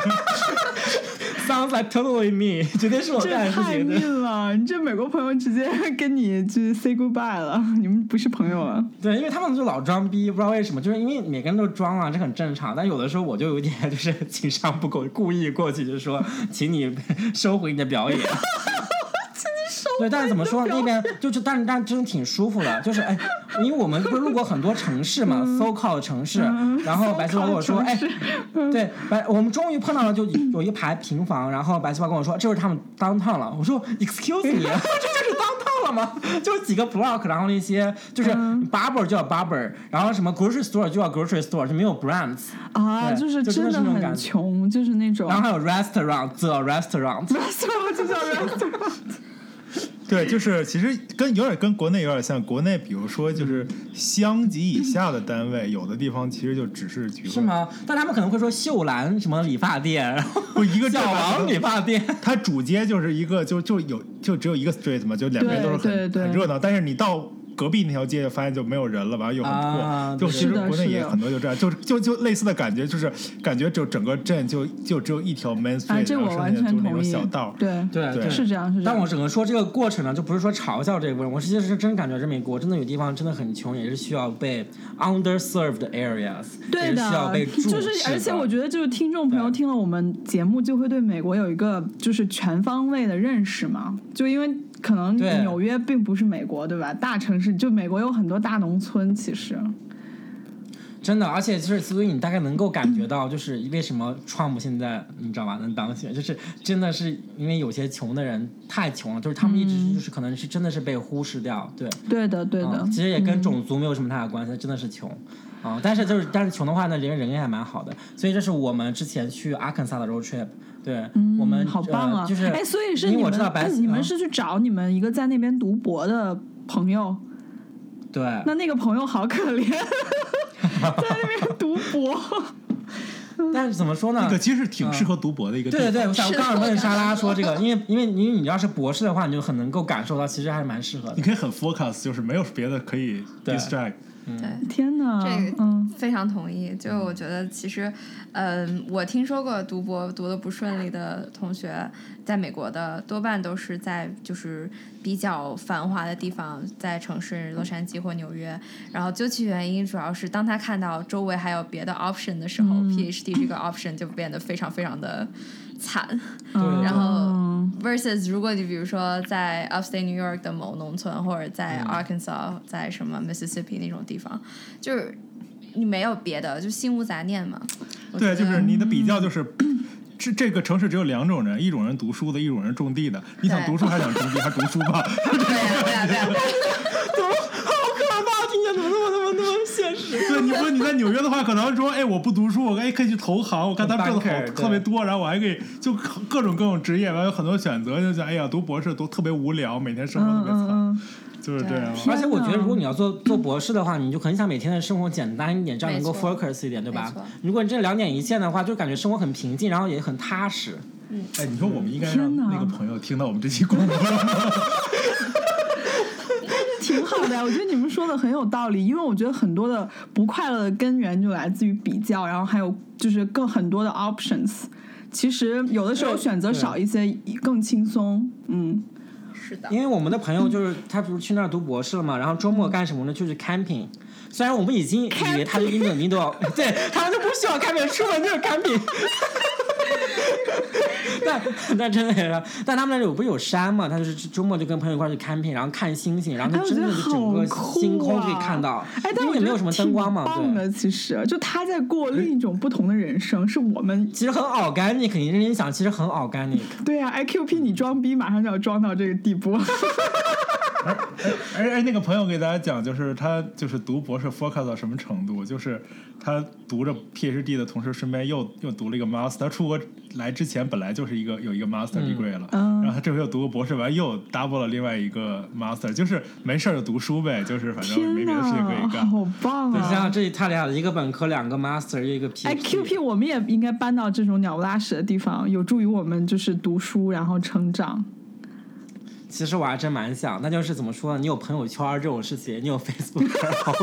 Speaker 2: Sounds like totally me，绝 [LAUGHS] 对是我
Speaker 1: 这
Speaker 2: 干的事
Speaker 1: 太
Speaker 2: 情。对
Speaker 1: 命了！你这美国朋友直接跟你去 say goodbye 了，你们不是朋友了。
Speaker 2: 对，因为他们就老装逼，不知道为什么，就是因为每个人都装啊，这很正常。但有的时候我就有点 [LAUGHS] 就是情商不够，故意过去就说，请你 [LAUGHS] 收回你的表演。对，但是怎么说呢？那边就是，但是但是真的挺舒服的，就是哎，因为我们不是路过很多城市嘛，so called 城市，然后白丝袜跟我说，
Speaker 1: SoCal
Speaker 2: 哎
Speaker 1: 城，
Speaker 2: 对，白我们终于碰到了，就有一排平房，然后白丝袜跟我说，这是他们 downtown 了，我说 excuse me，这就是 [LAUGHS] downtown 了吗？ [LAUGHS] 就是几个 block，然后那些就是 barber 就叫 barber，然后什么 grocery store 就叫 grocery store，就没有 brands，
Speaker 1: 啊，
Speaker 2: 对
Speaker 1: 就是
Speaker 2: 就真的是那种
Speaker 1: 很
Speaker 2: 感觉
Speaker 1: 穷，就是那种
Speaker 2: 然。
Speaker 1: [LAUGHS]
Speaker 2: 后还有 restaurant the restaurant，
Speaker 1: 我就叫人
Speaker 3: 对，就是其实跟有点跟国内有点像，国内比如说就是乡级以下的单位，有的地方其实就只是比如
Speaker 2: 是
Speaker 3: 说
Speaker 2: 吗？但他们可能会说秀兰什么理发店，然后
Speaker 3: 不一个镇
Speaker 2: 小
Speaker 3: 吧可
Speaker 2: 王
Speaker 3: 能
Speaker 2: 理发店。
Speaker 3: 它主街就是一个就就有就只有一个 street 嘛，就两边都是很
Speaker 1: 对对对
Speaker 3: 很热闹，但是你到。隔壁那条街就发现就没有人了，完了又很破，
Speaker 2: 啊
Speaker 3: 就
Speaker 2: 对
Speaker 3: 其实
Speaker 1: 是的
Speaker 3: 国
Speaker 1: 是
Speaker 3: 内
Speaker 1: 的
Speaker 3: 也很多就这样，就就就类似的感觉，就是感觉就整个镇就就只有一条 main
Speaker 1: 啊，
Speaker 3: street，、
Speaker 1: 这
Speaker 3: 然
Speaker 1: 我
Speaker 3: 后
Speaker 1: 完
Speaker 3: 剩下
Speaker 1: 全
Speaker 3: 就那
Speaker 1: 同
Speaker 3: 种
Speaker 1: 意
Speaker 3: 小道。。
Speaker 1: 对，
Speaker 2: 对
Speaker 3: 对
Speaker 1: 是这样，是这样。
Speaker 2: 但我整个说这个过程呢，就不是说嘲笑这一部分，我是就是真感觉这美国真的有地方真的很穷，也是需要被 underserved areas，
Speaker 1: 对
Speaker 2: 也是需要被
Speaker 1: 的，
Speaker 2: 注视
Speaker 1: 就是而且我觉得，就是听众朋友
Speaker 2: 对
Speaker 1: 听了我们节目，就会对美国有一个就是全方位的认识嘛。就因为可能
Speaker 2: 对
Speaker 1: 纽约并不是美国，对吧？大城市就美国有很多大农村，其实
Speaker 2: 真的，而且就是所以你大概能够感觉到，就是为什么 Trump 现在你知道吧能当选，就是真的是因为有些穷的人太穷了，就是他们一
Speaker 1: 嗯
Speaker 2: 直就是可能是真的是被忽视掉，对。
Speaker 1: 对的，对的
Speaker 2: 嗯，其实也跟种族没有什么太大关系，真的是穷。啊、但是就是，但是穷的话呢，人人也还蛮好的，所以这是我们之前去阿肯萨的 road trip，对、我们
Speaker 1: 好棒啊！
Speaker 2: 呃、就是
Speaker 1: 哎，所以是
Speaker 2: 因
Speaker 1: 你
Speaker 2: 为
Speaker 1: 们
Speaker 2: 我知道白，
Speaker 1: 嗯你们
Speaker 2: 嗯
Speaker 1: 是去找你们一个在那边读博的朋友，
Speaker 2: 对，
Speaker 1: [LAUGHS] 那那个朋友好可怜，在那边读博。 [LAUGHS]
Speaker 2: 但是怎么说呢
Speaker 3: 这？个其实挺适合
Speaker 1: 嗯
Speaker 3: 读博的一个地
Speaker 2: 对对
Speaker 3: 方。
Speaker 2: 对，我想我刚想问莎拉说这个，因为因为你你要是博士的话，你就很能够感受到，其实还蛮适合
Speaker 3: 你
Speaker 1: 嗯
Speaker 2: 的。
Speaker 3: 可以很 focus，就是没有别的可以
Speaker 2: 对
Speaker 3: distract。
Speaker 4: 对。
Speaker 1: 天哪，
Speaker 4: 这个
Speaker 1: 嗯，
Speaker 4: 非常同意，就我觉得其实，嗯，我听说过读博读的不顺利的同学，在美国的多半都是在就是比较繁华的地方，在城市洛杉矶或纽约。然后究其原因，主要是当他看到周围还有别的 option 的时候、p h d 这个 option 就变得非常非常的惨。
Speaker 2: 对
Speaker 4: 然后
Speaker 1: 嗯
Speaker 4: versus 如果你比如说在 upstate New York 的某农村，或者在
Speaker 2: 嗯
Speaker 4: Arkansas、在什么 Mississippi 那种地方，就是你没有别的，就心无杂念嘛。我
Speaker 3: 对，
Speaker 4: 觉
Speaker 3: 就
Speaker 4: 得
Speaker 3: 是你的比
Speaker 1: 嗯
Speaker 3: 较就是。这这个城市只有两种人，一种人读书的，一种人种地的。你想
Speaker 4: 对
Speaker 3: 读书还想种地，还读书吧？ [LAUGHS]
Speaker 4: 对呀、对呀、对呀、
Speaker 2: [LAUGHS] 可怕，听起来怎么那么那么那么现实？
Speaker 3: 对，你说你在纽约的话，可能说，哎，我不读书，我哎可以去投行，我看他们挣的
Speaker 2: Banker，
Speaker 3: 好
Speaker 2: 对
Speaker 3: 特别多，然后我还可以就各种各种职业，完有很多选择，就想，哎呀，读博士读特别无聊，每天生活特
Speaker 1: 嗯
Speaker 3: 别惨，
Speaker 1: 嗯
Speaker 3: 就是这样。
Speaker 2: 而且我觉得，如果你要做做博士的话，你就很想每天的生活简单一点，这样能够
Speaker 4: 没错
Speaker 2: focus 一点，对吧
Speaker 4: 没错？
Speaker 2: 如果你这两点一线的话，就感觉生活很平静，然后也很踏实。
Speaker 3: 哎，你说我们应该让
Speaker 1: 天哪
Speaker 3: 那个朋友听到我们这期广播了吗？
Speaker 1: 嗯，挺好的呀。我觉得你们说的很有道理，因为我觉得很多的不快乐的根源就来自于比较，然后还有就是更很多的 options。其实有的时候
Speaker 2: 哎
Speaker 1: 选择少一些更轻松，嗯，
Speaker 4: 是的。
Speaker 2: 因为我们的朋友就是他，不是去那儿读博士了嘛，然后周末干什么呢？就是 camping。虽然我们已经以为他就一米都要，对他们都不需要 camping，出门就是 camping。但但真的也是，啊但他们那里有不是有山嘛？他就是周末就跟朋友一块儿去 camping，然后看星星，然后
Speaker 1: 哎，
Speaker 2: 他
Speaker 1: 我
Speaker 2: 真
Speaker 1: 觉
Speaker 2: 的
Speaker 1: 得
Speaker 2: 就
Speaker 1: 好
Speaker 2: 整个
Speaker 1: 酷
Speaker 2: 星空
Speaker 1: 啊
Speaker 2: 可以看到。
Speaker 1: 哎，但
Speaker 2: 因
Speaker 1: 我觉
Speaker 2: 为也
Speaker 1: 得
Speaker 2: 没有什么灯光嘛，
Speaker 1: 挺棒
Speaker 2: 对。哎
Speaker 1: 的，其实就他在过另一种不同的人生，是我们
Speaker 2: 其实很 organic，你认真想，其实很 organic。
Speaker 1: 对啊，IQP
Speaker 2: 嗯
Speaker 1: 你装逼马上就要装到这个地步，
Speaker 3: 哎哎，那个朋友给大家讲，就是他就是读博士 focus 到什么程度，就是他读着 PhD 的同时，顺便又又读了一个 master。他出国来之前本来就是一个有一个 master degree 了，
Speaker 1: 嗯
Speaker 3: 然后他这回又读个博士，完又 double 了另外一个 master，就是没事儿就读书呗，就是反正没
Speaker 1: 天
Speaker 3: 别的事情可
Speaker 1: [LAUGHS]
Speaker 3: 以干。
Speaker 1: 好棒
Speaker 2: 你
Speaker 1: 啊
Speaker 2: 像！这他俩一个本科，两个 master，一个 PhD。
Speaker 1: 哎，QP，我们也应该搬到这种鸟不拉屎的地方，有助于我们就是读书然后成长。
Speaker 2: 其实我还真蛮想，那就是怎么说呢？你有朋友圈儿这种事情，你有 [LAUGHS] Facebook，然后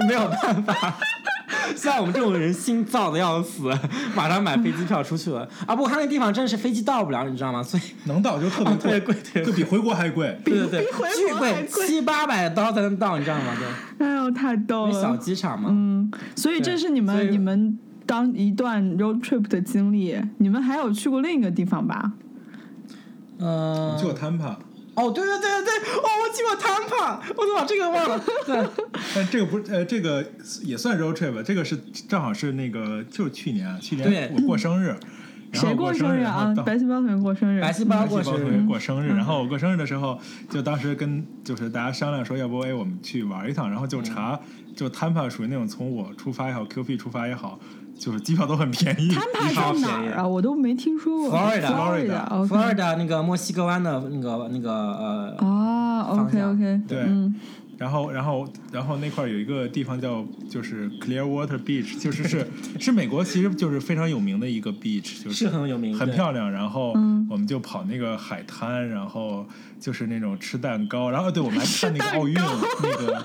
Speaker 2: 就没有办法。 [LAUGHS] 像我们这种人心燥的要死，马上买飞机票出去了。啊，不过他那地方真的是飞机到不了，你知道吗？所以
Speaker 3: 能到就特别贵，
Speaker 2: 啊对贵对
Speaker 3: 就比回国还贵。
Speaker 2: 对对对
Speaker 1: 比回，
Speaker 2: 巨
Speaker 1: 国还
Speaker 2: 贵，
Speaker 1: 贵
Speaker 2: 七八百刀才能到，你知道
Speaker 1: [LAUGHS]
Speaker 2: 吗？对，
Speaker 1: 哎呦，太逗
Speaker 2: 因为小
Speaker 1: 了！
Speaker 2: 机场嘛。
Speaker 1: 嗯，所以这是你
Speaker 2: 对所以
Speaker 1: 们你们当一段 road trip 的经历，你们还有去过另一个地方吧？
Speaker 2: 嗯，
Speaker 3: 去过 Tampa，
Speaker 2: 哦，对对对对对，哦，我去过 Tampa，我都把这个忘了。对，
Speaker 3: 但这个不是呃，这个也算 road trip，吧这个是正好是那个就是去年，去
Speaker 2: 对
Speaker 3: 年我过生日，然后
Speaker 1: 谁
Speaker 3: 过
Speaker 1: 过生
Speaker 3: 日
Speaker 1: 日
Speaker 3: 然后
Speaker 1: 啊
Speaker 3: 到？
Speaker 1: 白细胞同学过生日，嗯
Speaker 2: 白细胞
Speaker 3: 过
Speaker 2: 过生日
Speaker 3: 日，过生日，然后我过生日的时候，就当时跟就是大家商量说，要不哎我们去玩一趟，然后就查，就 Tampa 属于那种从我出发也好，QP 出发也好，就是机票都很便
Speaker 2: 嗯
Speaker 3: 宜。
Speaker 1: 他们在哪儿啊？我都没听说过。
Speaker 2: Florida，
Speaker 1: Florida，
Speaker 2: 佛罗里达那个墨西哥湾的那个那个呃，
Speaker 1: 啊
Speaker 2: 方
Speaker 1: ，OK
Speaker 2: 向
Speaker 1: OK，
Speaker 3: 对
Speaker 1: 嗯，
Speaker 3: 然后，然后，然后那块儿有一个地方叫就是 Clearwater Beach，就是是是美国其实就是非常有名的一个 beach，就是
Speaker 2: 是很有名，
Speaker 3: 很
Speaker 2: 对
Speaker 3: 漂亮。然后
Speaker 1: 嗯
Speaker 3: 我们就跑那个海滩，然后就是那种吃蛋糕，然后对我们还看那个奥运那个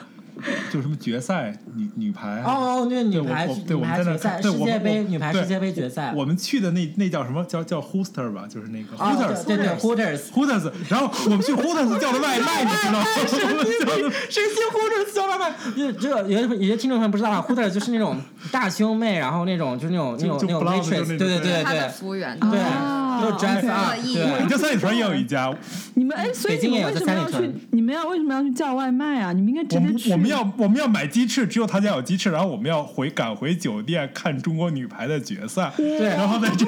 Speaker 3: 就什么决赛女女排
Speaker 2: 哦哦，那个女
Speaker 3: 对我
Speaker 2: 排
Speaker 3: 我
Speaker 2: 女
Speaker 3: 对我们
Speaker 2: 排
Speaker 3: 在那
Speaker 2: 决赛，
Speaker 3: 看对
Speaker 2: 世
Speaker 3: 我
Speaker 2: 界
Speaker 3: 们
Speaker 2: 杯
Speaker 3: 我
Speaker 2: 女排
Speaker 3: 对
Speaker 2: 世界杯决赛。
Speaker 3: 我们去的那那叫什么叫叫 Hooster 吧，就是那个
Speaker 2: 啊
Speaker 3: Hooters，
Speaker 2: 对对 Hooters，
Speaker 3: Hooters，然后我们去 Hooters 叫的外卖，你知道吗？
Speaker 2: 谁先 Hooters 小老板？就这个有有些听众朋友不知道啊，Hooters
Speaker 3: [LAUGHS]
Speaker 2: 就是那种大胸妹，然后那种就是那种那种
Speaker 3: 就
Speaker 2: 那种
Speaker 3: blonde 就
Speaker 2: waitress，
Speaker 3: 那
Speaker 2: 对
Speaker 3: 种
Speaker 2: 对
Speaker 4: 就是
Speaker 2: 对
Speaker 4: 他
Speaker 2: 对
Speaker 4: 的服务员
Speaker 2: 对，
Speaker 1: 啊
Speaker 2: 就是 dress
Speaker 1: OK
Speaker 2: up，对
Speaker 3: 你。这三里屯也有一家，
Speaker 1: 你们哎，所以你
Speaker 2: 北京
Speaker 1: 们
Speaker 2: 也有
Speaker 1: 为
Speaker 2: 在
Speaker 1: 什么要
Speaker 2: 三里
Speaker 1: 去
Speaker 2: 屯？
Speaker 1: 你们要为什么要去叫外卖啊？你们应该直
Speaker 3: 我
Speaker 1: 接
Speaker 3: 们
Speaker 1: 去。
Speaker 3: 我们要我们要买鸡翅，只有他家有鸡翅，然后我们要回赶回酒店看中国女排的决赛，
Speaker 2: 对
Speaker 3: 然后在这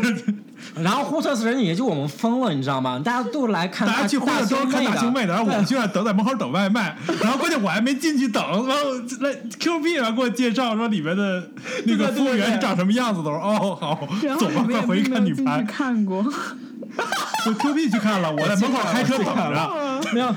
Speaker 2: 然后 Hooters 人也就我们疯了，你知道吗？大家都来看
Speaker 3: 大家去
Speaker 2: 大
Speaker 3: 的时候看大
Speaker 2: 胸
Speaker 3: 胸
Speaker 2: 妹
Speaker 3: 妹的，然后我们居然等在门口等外卖，然后关键我还没进去等，然后那 Q B 然后给我介绍说里面的
Speaker 2: 对对
Speaker 3: 那个
Speaker 2: 对
Speaker 3: 服务
Speaker 2: 对
Speaker 3: 员
Speaker 2: 对
Speaker 3: 长什么样子的，我说哦
Speaker 1: 然
Speaker 3: 好，
Speaker 1: 后
Speaker 3: 走
Speaker 1: 你
Speaker 2: 啊
Speaker 1: 们
Speaker 3: 吧，快
Speaker 1: 也
Speaker 3: 回去
Speaker 1: 并没
Speaker 3: 看
Speaker 1: 有
Speaker 3: 女
Speaker 1: 进
Speaker 3: 排
Speaker 1: 去。
Speaker 2: [LAUGHS]
Speaker 1: 看过，
Speaker 3: 我 Q B 去看了，我在门口开车等
Speaker 2: 我去看
Speaker 3: 着。
Speaker 2: 没有，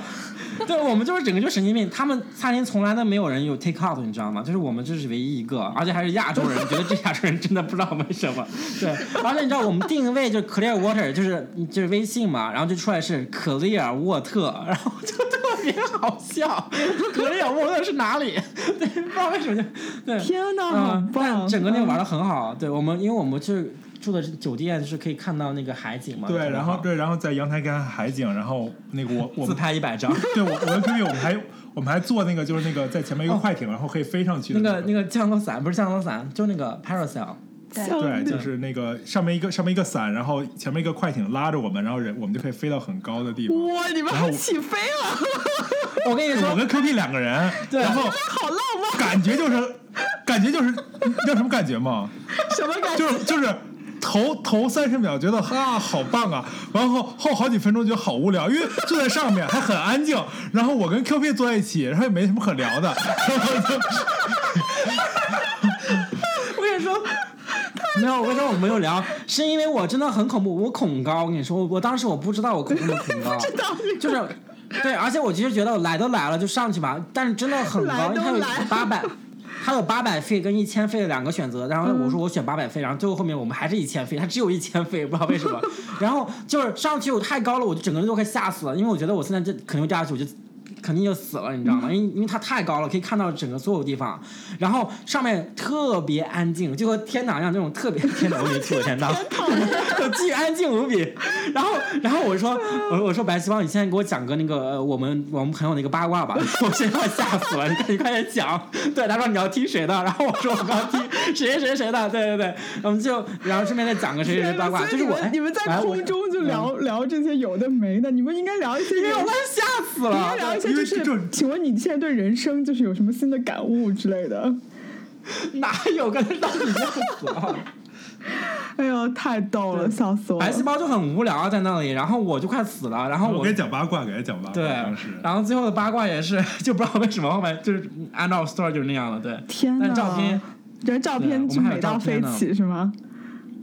Speaker 2: 对我们就是整个就神经病。他们餐厅从来都没有人有 take out，你知道吗？就是我们这是唯一一个，而且还是亚洲人，觉得这亚洲人真的不知道为什么。对，而且你知道我们定位就是 clear water，就是就是微信嘛，然后就出来是 clear 沃特，然后就特别好笑。clear 沃特是哪里？对，不知道为什么就对。
Speaker 1: 天哪，好
Speaker 2: 嗯，但
Speaker 1: 棒！
Speaker 2: 整个那个玩
Speaker 1: 嗯
Speaker 2: 的很好。对我们，因为我们就是住的酒店是可以看到那个海景嘛。特
Speaker 3: 对，
Speaker 2: 别
Speaker 3: 然后
Speaker 2: 好
Speaker 3: 对，然后在阳台看海景，然后那个我我
Speaker 2: 自
Speaker 3: 们
Speaker 2: 拍一百张。
Speaker 3: 对 [LAUGHS] 我我们 P P 我们还我们还做那个就是那个在前面一个快艇，然后可以飞上去的
Speaker 2: 那个那
Speaker 3: 个。
Speaker 2: 个降落伞不是降落伞，就那个 parasail。
Speaker 4: 对
Speaker 1: 笑
Speaker 3: 对，
Speaker 1: 死
Speaker 3: 就是那个上面一个上面一个伞，然后前面一个快艇拉着我们，然后人我们就可以飞到很高的地方。
Speaker 1: 哇，你们
Speaker 3: 然
Speaker 1: 还
Speaker 3: 后我
Speaker 1: 起飞了，
Speaker 2: [LAUGHS] 我跟你
Speaker 3: 我
Speaker 2: 说，
Speaker 3: 跟 Q P 两个人，
Speaker 2: 对
Speaker 3: 然后
Speaker 1: 好浪漫！
Speaker 3: 感觉就是感觉就是，你知道什么感觉吗？
Speaker 1: 什么感觉？
Speaker 3: 就是就是头头三十秒觉得啊好棒啊，然后后好几分钟觉得好无聊，因为坐在上面还很安静，然后我跟 Q P 坐在一起，然后也没什么可聊的， [LAUGHS] 然后就
Speaker 2: 我跟你说， [LAUGHS] 没有，我跟你说我没有聊，是因为我真的很恐怖，我恐高。我跟你说，我我当时我 [LAUGHS] 不知道我恐那么恐高，就是。对，而且我其实觉得我来都来了，就上去吧。但是真的很
Speaker 1: 来
Speaker 2: 高，
Speaker 1: 都
Speaker 2: 它有
Speaker 1: 来了
Speaker 2: 八 [LAUGHS] 百，它有八百费跟一千费的两个选择。然后我说我选八百费，然后最后后面我们还是一千费，它只有一千费，不知道为什么。 [LAUGHS] 然后就是上去我太高了，我就整个人都快吓死了，因为我觉得我现在这肯定掉下去，我就肯定就死了，你知
Speaker 1: 嗯
Speaker 2: 道吗？因为因为它太高了，可以看到整个所有地方，然后上面特别安静，就和天堂一样，那种特别天堂，我没去过天堂， [LAUGHS] 巨安静无比。然后，然后我说，我我说白希望你现在给我讲个那个呃我们我们朋友那个八卦吧， [LAUGHS] 我现在要吓死了，你快你快点讲。对，他说你要听谁的，然后我说我刚听谁谁谁谁的，对对对，我们就然后顺便再讲个谁谁谁八卦，
Speaker 1: 所以
Speaker 2: 就
Speaker 1: [LAUGHS]
Speaker 2: 是
Speaker 1: 你
Speaker 2: 我
Speaker 1: 们你们在空。中就
Speaker 2: 嗯
Speaker 1: 聊聊这些有的没的，你们应该聊一些
Speaker 2: 哎我哎啊
Speaker 1: 有
Speaker 2: 我
Speaker 1: 的
Speaker 2: 快吓死
Speaker 1: 应该聊
Speaker 2: 了！
Speaker 1: 一些
Speaker 3: 因
Speaker 1: 就
Speaker 3: 为这
Speaker 1: 是
Speaker 3: 种，
Speaker 1: 请问你现在对人生就是有什么新的感悟之类的？
Speaker 2: 哪有跟他当时吓死啊
Speaker 1: [LAUGHS]
Speaker 2: 了？
Speaker 1: 哎呦，太逗了，
Speaker 2: 对
Speaker 1: 笑死我了！
Speaker 2: 白细胞就很无聊啊，在那里，然后我就快死了，然后
Speaker 3: 我
Speaker 2: 我
Speaker 3: 给他讲八卦，给他讲八卦，
Speaker 2: 对
Speaker 3: 当时，。
Speaker 2: 然后最后的八卦也是，就不知道为什么后面就是按照 story 就是那样了，对。
Speaker 1: 天哪！
Speaker 2: 但照片
Speaker 1: 这照
Speaker 2: 对
Speaker 1: 片
Speaker 2: 我
Speaker 1: 就
Speaker 2: 们还有
Speaker 1: 美到
Speaker 2: 照
Speaker 1: 飞
Speaker 2: 片呢
Speaker 1: 起是吗？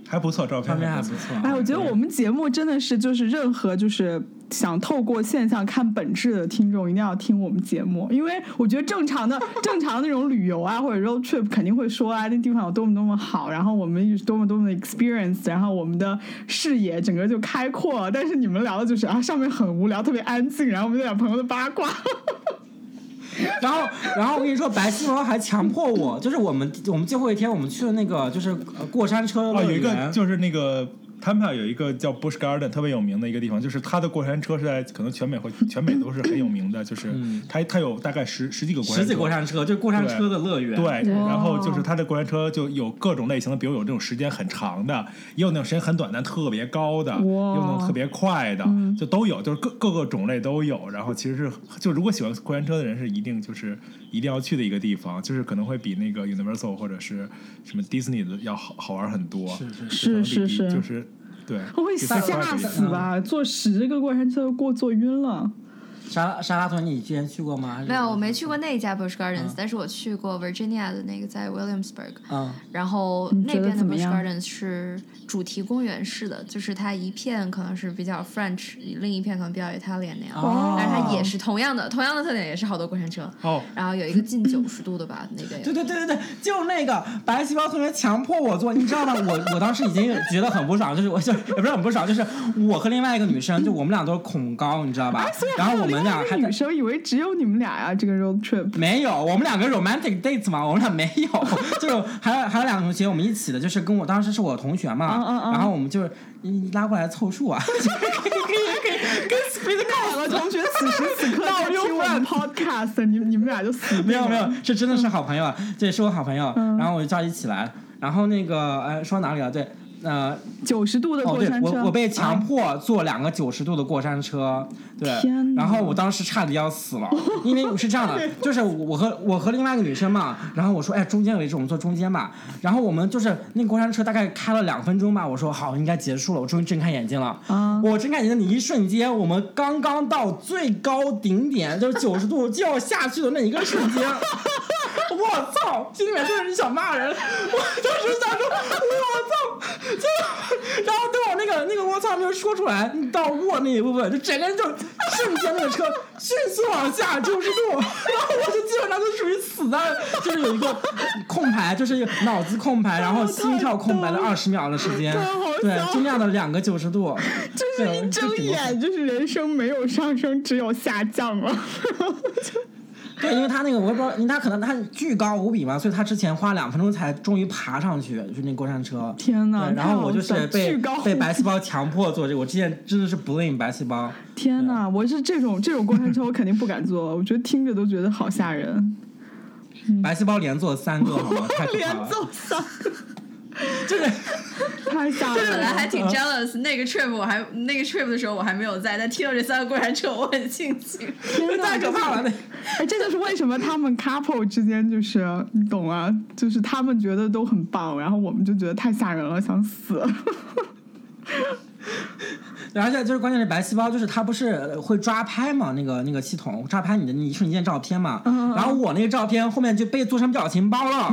Speaker 3: 还不错，照片
Speaker 2: 照片还
Speaker 3: 不
Speaker 2: 不错。
Speaker 1: 哎，我觉得我们节目真的是就是任何就是想透过现象看本质的听众，一定要听我们节目，因为我觉得正常的 [LAUGHS] 正常的那种旅游啊或者 road trip 肯定会说啊那地方有多么多么好，然后我们有多么多么的 experience，然后我们的视野整个就开阔了。但是你们聊的就是啊上面很无聊，特别安静，然后我们就讲朋友的八卦，
Speaker 2: 然后，然后我跟你说，白细胞还强迫我，就是我们我们最后一天我们去了那个就是呃过山车
Speaker 3: 哦，
Speaker 2: 乐
Speaker 3: 有一个
Speaker 2: 园
Speaker 3: 就是那个。他们有一个叫 Bush Garden 特别有名的一个地方，就是它的过山车是在可能全美会全美都是很有名的，就是它它有大概十十几个过
Speaker 2: 嗯十
Speaker 3: 山
Speaker 2: 几
Speaker 3: 车，
Speaker 2: 过山车，就是过山车的乐园。
Speaker 3: 对，
Speaker 1: 对
Speaker 3: 然后就是
Speaker 1: 哦
Speaker 3: 它的过山车就有各种类型的，比如有这种时间很长的，也有那种时间很短但特别高的，也有那种
Speaker 1: 哇嗯
Speaker 3: 特别快的，就都有，就是各各个种类都有。然后其实是就如果喜欢过山车的人是一定就是一定要去的一个地方，就是可能会比那个 Universal 或者是什么 Disney 的要好好玩很多。
Speaker 1: 是是
Speaker 3: 可能比
Speaker 1: 是
Speaker 3: 就是对，
Speaker 1: 我会吓死吧！坐十个过山车都给我坐晕了。
Speaker 2: 沙沙拉屯，你之前去过吗？还是
Speaker 4: 没有，我没去过那一家 Busch Gardens，、但是我去过 Virginia 的那个在 Williamsburg，
Speaker 2: 嗯，
Speaker 4: 然后
Speaker 1: 你
Speaker 4: 那
Speaker 1: 觉得
Speaker 4: 边的
Speaker 1: 怎么
Speaker 4: Busch
Speaker 1: 样
Speaker 4: Gardens 是主题公园式的，就是它一片可能是比较 French，另一片可能比较 Italian 那样，
Speaker 2: 哦
Speaker 4: 但是它也是同样的同样的特点，也是好多过山车。
Speaker 3: 哦，
Speaker 4: 然后有一个近九十度的吧，那边
Speaker 2: 对
Speaker 4: 有。
Speaker 2: 对对对对，就那个白细胞同学强迫我做，你知道吗？我我当时已经觉得很不爽，就是我就也不是很不爽，就是我和另外一个女生，就我们俩都是恐高，你知道吧？然后我们
Speaker 1: 哎还有另
Speaker 2: 俩还
Speaker 1: 外一个女生以为只有你们俩呀、这个 road trip。
Speaker 2: 没有，我们两个 romantic dates 嘛，我们俩没有，就是还有还有两个同学我们一起的，就是跟我当时是我同学嘛，
Speaker 1: 嗯嗯嗯
Speaker 2: 然后我们就是嗯拉过来凑数啊，就是可以可以可以跟 speed
Speaker 1: 那两个同学此时此刻在听我们 podcast，你你们俩就死定了
Speaker 2: 没有没有，这真的是好朋友，啊，这是我好朋友，然后我就叫一起来，然后那个呃说哪里了？对，呃
Speaker 1: 九十度的
Speaker 2: 哦
Speaker 1: 过
Speaker 2: 对，
Speaker 1: 山车，
Speaker 2: 我我被强
Speaker 1: 啊
Speaker 2: 迫坐两个九十度的过山车，对
Speaker 1: 天，哪
Speaker 2: 然后我当时差点要死了，因为是这样的，就是我和我和另外一个女生嘛，然后我说哎中间位置我们坐中间吧，然后我们就是那个过山车大概开了两分钟吧，我说好应该结束了，我终于睁开眼睛了，
Speaker 1: 啊
Speaker 2: 我睁开眼睛的一瞬间，我们刚刚到最高顶点，就是九十度就要下去的那一个瞬间。 [LAUGHS] 我操！心里面就是想骂人，我当时想说，我操！就然后对我那个那个我操没有就是说出来，你到握那一部分，就整个人就瞬间那个车迅速往下九十度，然后我就基本上就属于死在，就是有一个空白，就是脑子空白，然后心跳空白的二十秒的时间
Speaker 1: 哦太好笑，
Speaker 2: 对
Speaker 1: 了，
Speaker 2: 就那样的两个九十度，
Speaker 1: 就是
Speaker 2: 对
Speaker 1: 一
Speaker 2: 就
Speaker 1: 睁
Speaker 2: 只能
Speaker 1: 眼就是人生没有上升，只有下降了。 [LAUGHS]
Speaker 2: 对，因为他那个我也不知道，因为他可能他巨高无比嘛，所以他之前花两分钟才终于爬上去，就那过山车。
Speaker 1: 天哪
Speaker 2: 对然后我就
Speaker 1: 太好
Speaker 2: 是
Speaker 1: 笑
Speaker 2: 被
Speaker 1: 巨高
Speaker 2: 被
Speaker 1: 无
Speaker 2: 白细胞强迫做这个，我之前真的是 blame 白细胞。
Speaker 1: 天哪，我是这种这种过山车，我肯定不敢坐，我觉得听着都觉得好吓 [LAUGHS] 人，
Speaker 2: 白细胞连做三个，
Speaker 1: [LAUGHS]
Speaker 2: 好吗？太可怕
Speaker 1: 嗯连
Speaker 2: 了。
Speaker 1: 揍
Speaker 4: [LAUGHS]
Speaker 1: 三，
Speaker 2: 就是
Speaker 1: 太吓人了。
Speaker 4: 本来还挺 jealous，那个 trip 我还那个 trip 的时候我还没有在，但听到这三个过山车我很庆幸。 [LAUGHS]
Speaker 1: 天哪
Speaker 2: 太可怕了，那
Speaker 1: [LAUGHS] 哎，这就是为什么他们 couple 之间就是你懂啊，就是他们觉得都很棒，然后我们就觉得太吓人了，想死。
Speaker 2: 哦然后现在就是关键是白细胞，就是它不是会抓拍嘛，那个那个系统抓拍你的一瞬间照片嘛。
Speaker 1: 嗯嗯嗯
Speaker 2: 然后我那个照片后面就被做成表情包了，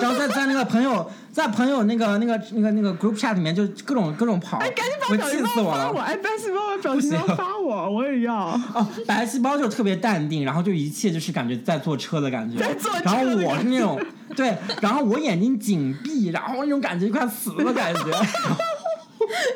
Speaker 2: 然后在在那个朋友在朋友那个那个那个那个 group chat 里面就各种各种跑，
Speaker 1: 哎，赶紧把
Speaker 2: 我
Speaker 1: 表情
Speaker 2: 气死
Speaker 1: 包
Speaker 2: 我
Speaker 1: 发我！
Speaker 2: 了。
Speaker 1: 哎，白细胞把表情包
Speaker 2: 不行
Speaker 1: 发我，我也
Speaker 2: [LAUGHS]
Speaker 1: 要。
Speaker 2: 哦，白细胞就特别淡定，然后就一切就是感觉在坐车的感觉，
Speaker 1: 在坐车的
Speaker 2: 然后
Speaker 1: 感觉
Speaker 2: 我是那种对，然后我眼睛紧闭，然后那种感觉快死的感
Speaker 1: [LAUGHS]
Speaker 2: 觉。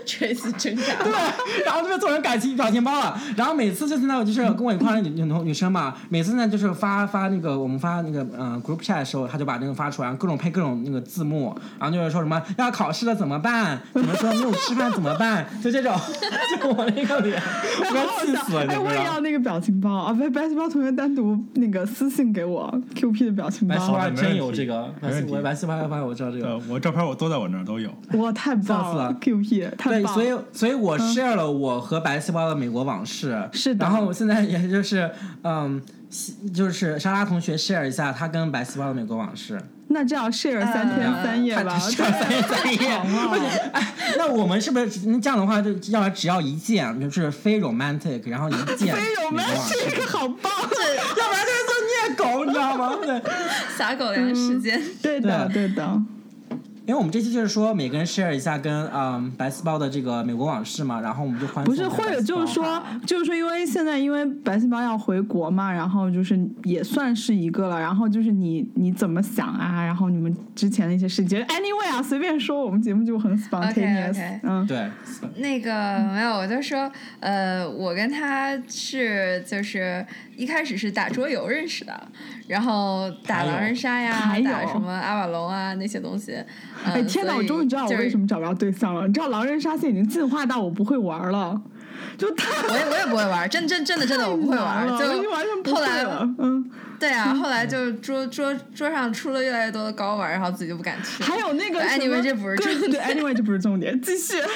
Speaker 4: Tracy 挣扎，
Speaker 2: 对， [LAUGHS] 然后就被做成感情表情包了。然后每次就现在我就是跟我一块儿的女女同女生嘛，每次呢就是发发那个我们发那个嗯、呃 group chat 的时候，他就把那个发出来，各种配各种那个字幕，然后就是说什么要考试了怎么办，怎么说没有吃饭怎么办，就这种， [LAUGHS] 就我那个脸，我
Speaker 1: 好好
Speaker 2: 要气
Speaker 1: 笑
Speaker 2: 死了，
Speaker 1: 哎，
Speaker 2: 你
Speaker 1: 我
Speaker 2: 知
Speaker 1: 也
Speaker 2: 道吗
Speaker 1: 要？那个表情包啊！白白细胞同学单独那个私信给我 Q P 的表情
Speaker 2: 白细
Speaker 1: 包，啊
Speaker 2: 胞真有这个，白
Speaker 3: 没问
Speaker 2: 细
Speaker 3: 题
Speaker 2: 我白细胞，我知道这个
Speaker 3: 呃。，我照片我都在我那儿都有。
Speaker 1: 哇，太棒
Speaker 2: 笑死
Speaker 1: 了
Speaker 2: 了
Speaker 1: ！Q P 太
Speaker 2: 对，
Speaker 1: 棒
Speaker 2: 所以
Speaker 1: 了，嗯
Speaker 2: 所以我 share 了我和白细胞的美国往事，
Speaker 1: 是的
Speaker 2: 然后我现在也就是嗯，西就是莎拉同学 share 一下她跟白细胞的美国往事，
Speaker 1: 那这样 share 三天
Speaker 4: 呃
Speaker 1: 三夜
Speaker 2: 看
Speaker 1: 吧，
Speaker 2: share 三天
Speaker 1: [LAUGHS]
Speaker 2: 三夜。
Speaker 1: 啊
Speaker 2: 不是哎，那我们是不是那这样的话，就要来只要一件，就是非 romantic，然后
Speaker 1: [LAUGHS]
Speaker 2: 一件
Speaker 1: 非
Speaker 2: 美国往事，
Speaker 1: romantic，好棒！
Speaker 2: 要不然就是做虐狗，你知道吗？对。
Speaker 4: 撒狗粮
Speaker 1: 嗯
Speaker 4: 时间。
Speaker 1: 对的，对的，
Speaker 2: 因为我们这期就是说，每个人 share 一下跟嗯白细胞的这个美国往事嘛，然后我们就欢
Speaker 1: 不
Speaker 2: 送
Speaker 1: 是，
Speaker 2: 给
Speaker 1: 或
Speaker 2: 白
Speaker 1: 者
Speaker 2: 细
Speaker 1: 就
Speaker 2: 胞
Speaker 1: 是说，就是说，因为现在因为白细胞要回国嘛，然后就是也算是一个了，然后就是你你怎么想啊？然后你们之前的一些事情，anyway 啊，随便说，我们节目就很 spontaneous，嗯，
Speaker 2: 对，
Speaker 4: 那个没有，我就说，呃，我跟他是就是一开始是打桌游认识的，然后打
Speaker 2: 牌友
Speaker 4: 狼人杀呀
Speaker 1: 牌，友
Speaker 4: 打什么阿瓦隆啊那些东西。呃、
Speaker 1: 哎，天哪！
Speaker 4: 所
Speaker 1: 我
Speaker 4: 以
Speaker 1: 终于知道我
Speaker 4: 就是
Speaker 1: 为什么找不着对象了。你知道狼人杀现在已经进化到我不会玩了，就太
Speaker 4: 我也我也不会玩，真真真的真的我不会
Speaker 1: 难
Speaker 4: 玩，
Speaker 1: 了，
Speaker 4: 就
Speaker 1: 我已经完全不
Speaker 4: 后
Speaker 1: 会
Speaker 4: 来
Speaker 1: 了。嗯，
Speaker 4: 对
Speaker 1: [LAUGHS]
Speaker 4: 啊，后来就桌桌桌上出了越来越多的高玩，然后自己就不敢去。
Speaker 1: 还有那个
Speaker 4: 对
Speaker 1: 什么
Speaker 4: ，anyway，这不是
Speaker 1: 对
Speaker 4: 重点
Speaker 1: 对，anyway 这不是重点，继续。
Speaker 4: [LAUGHS]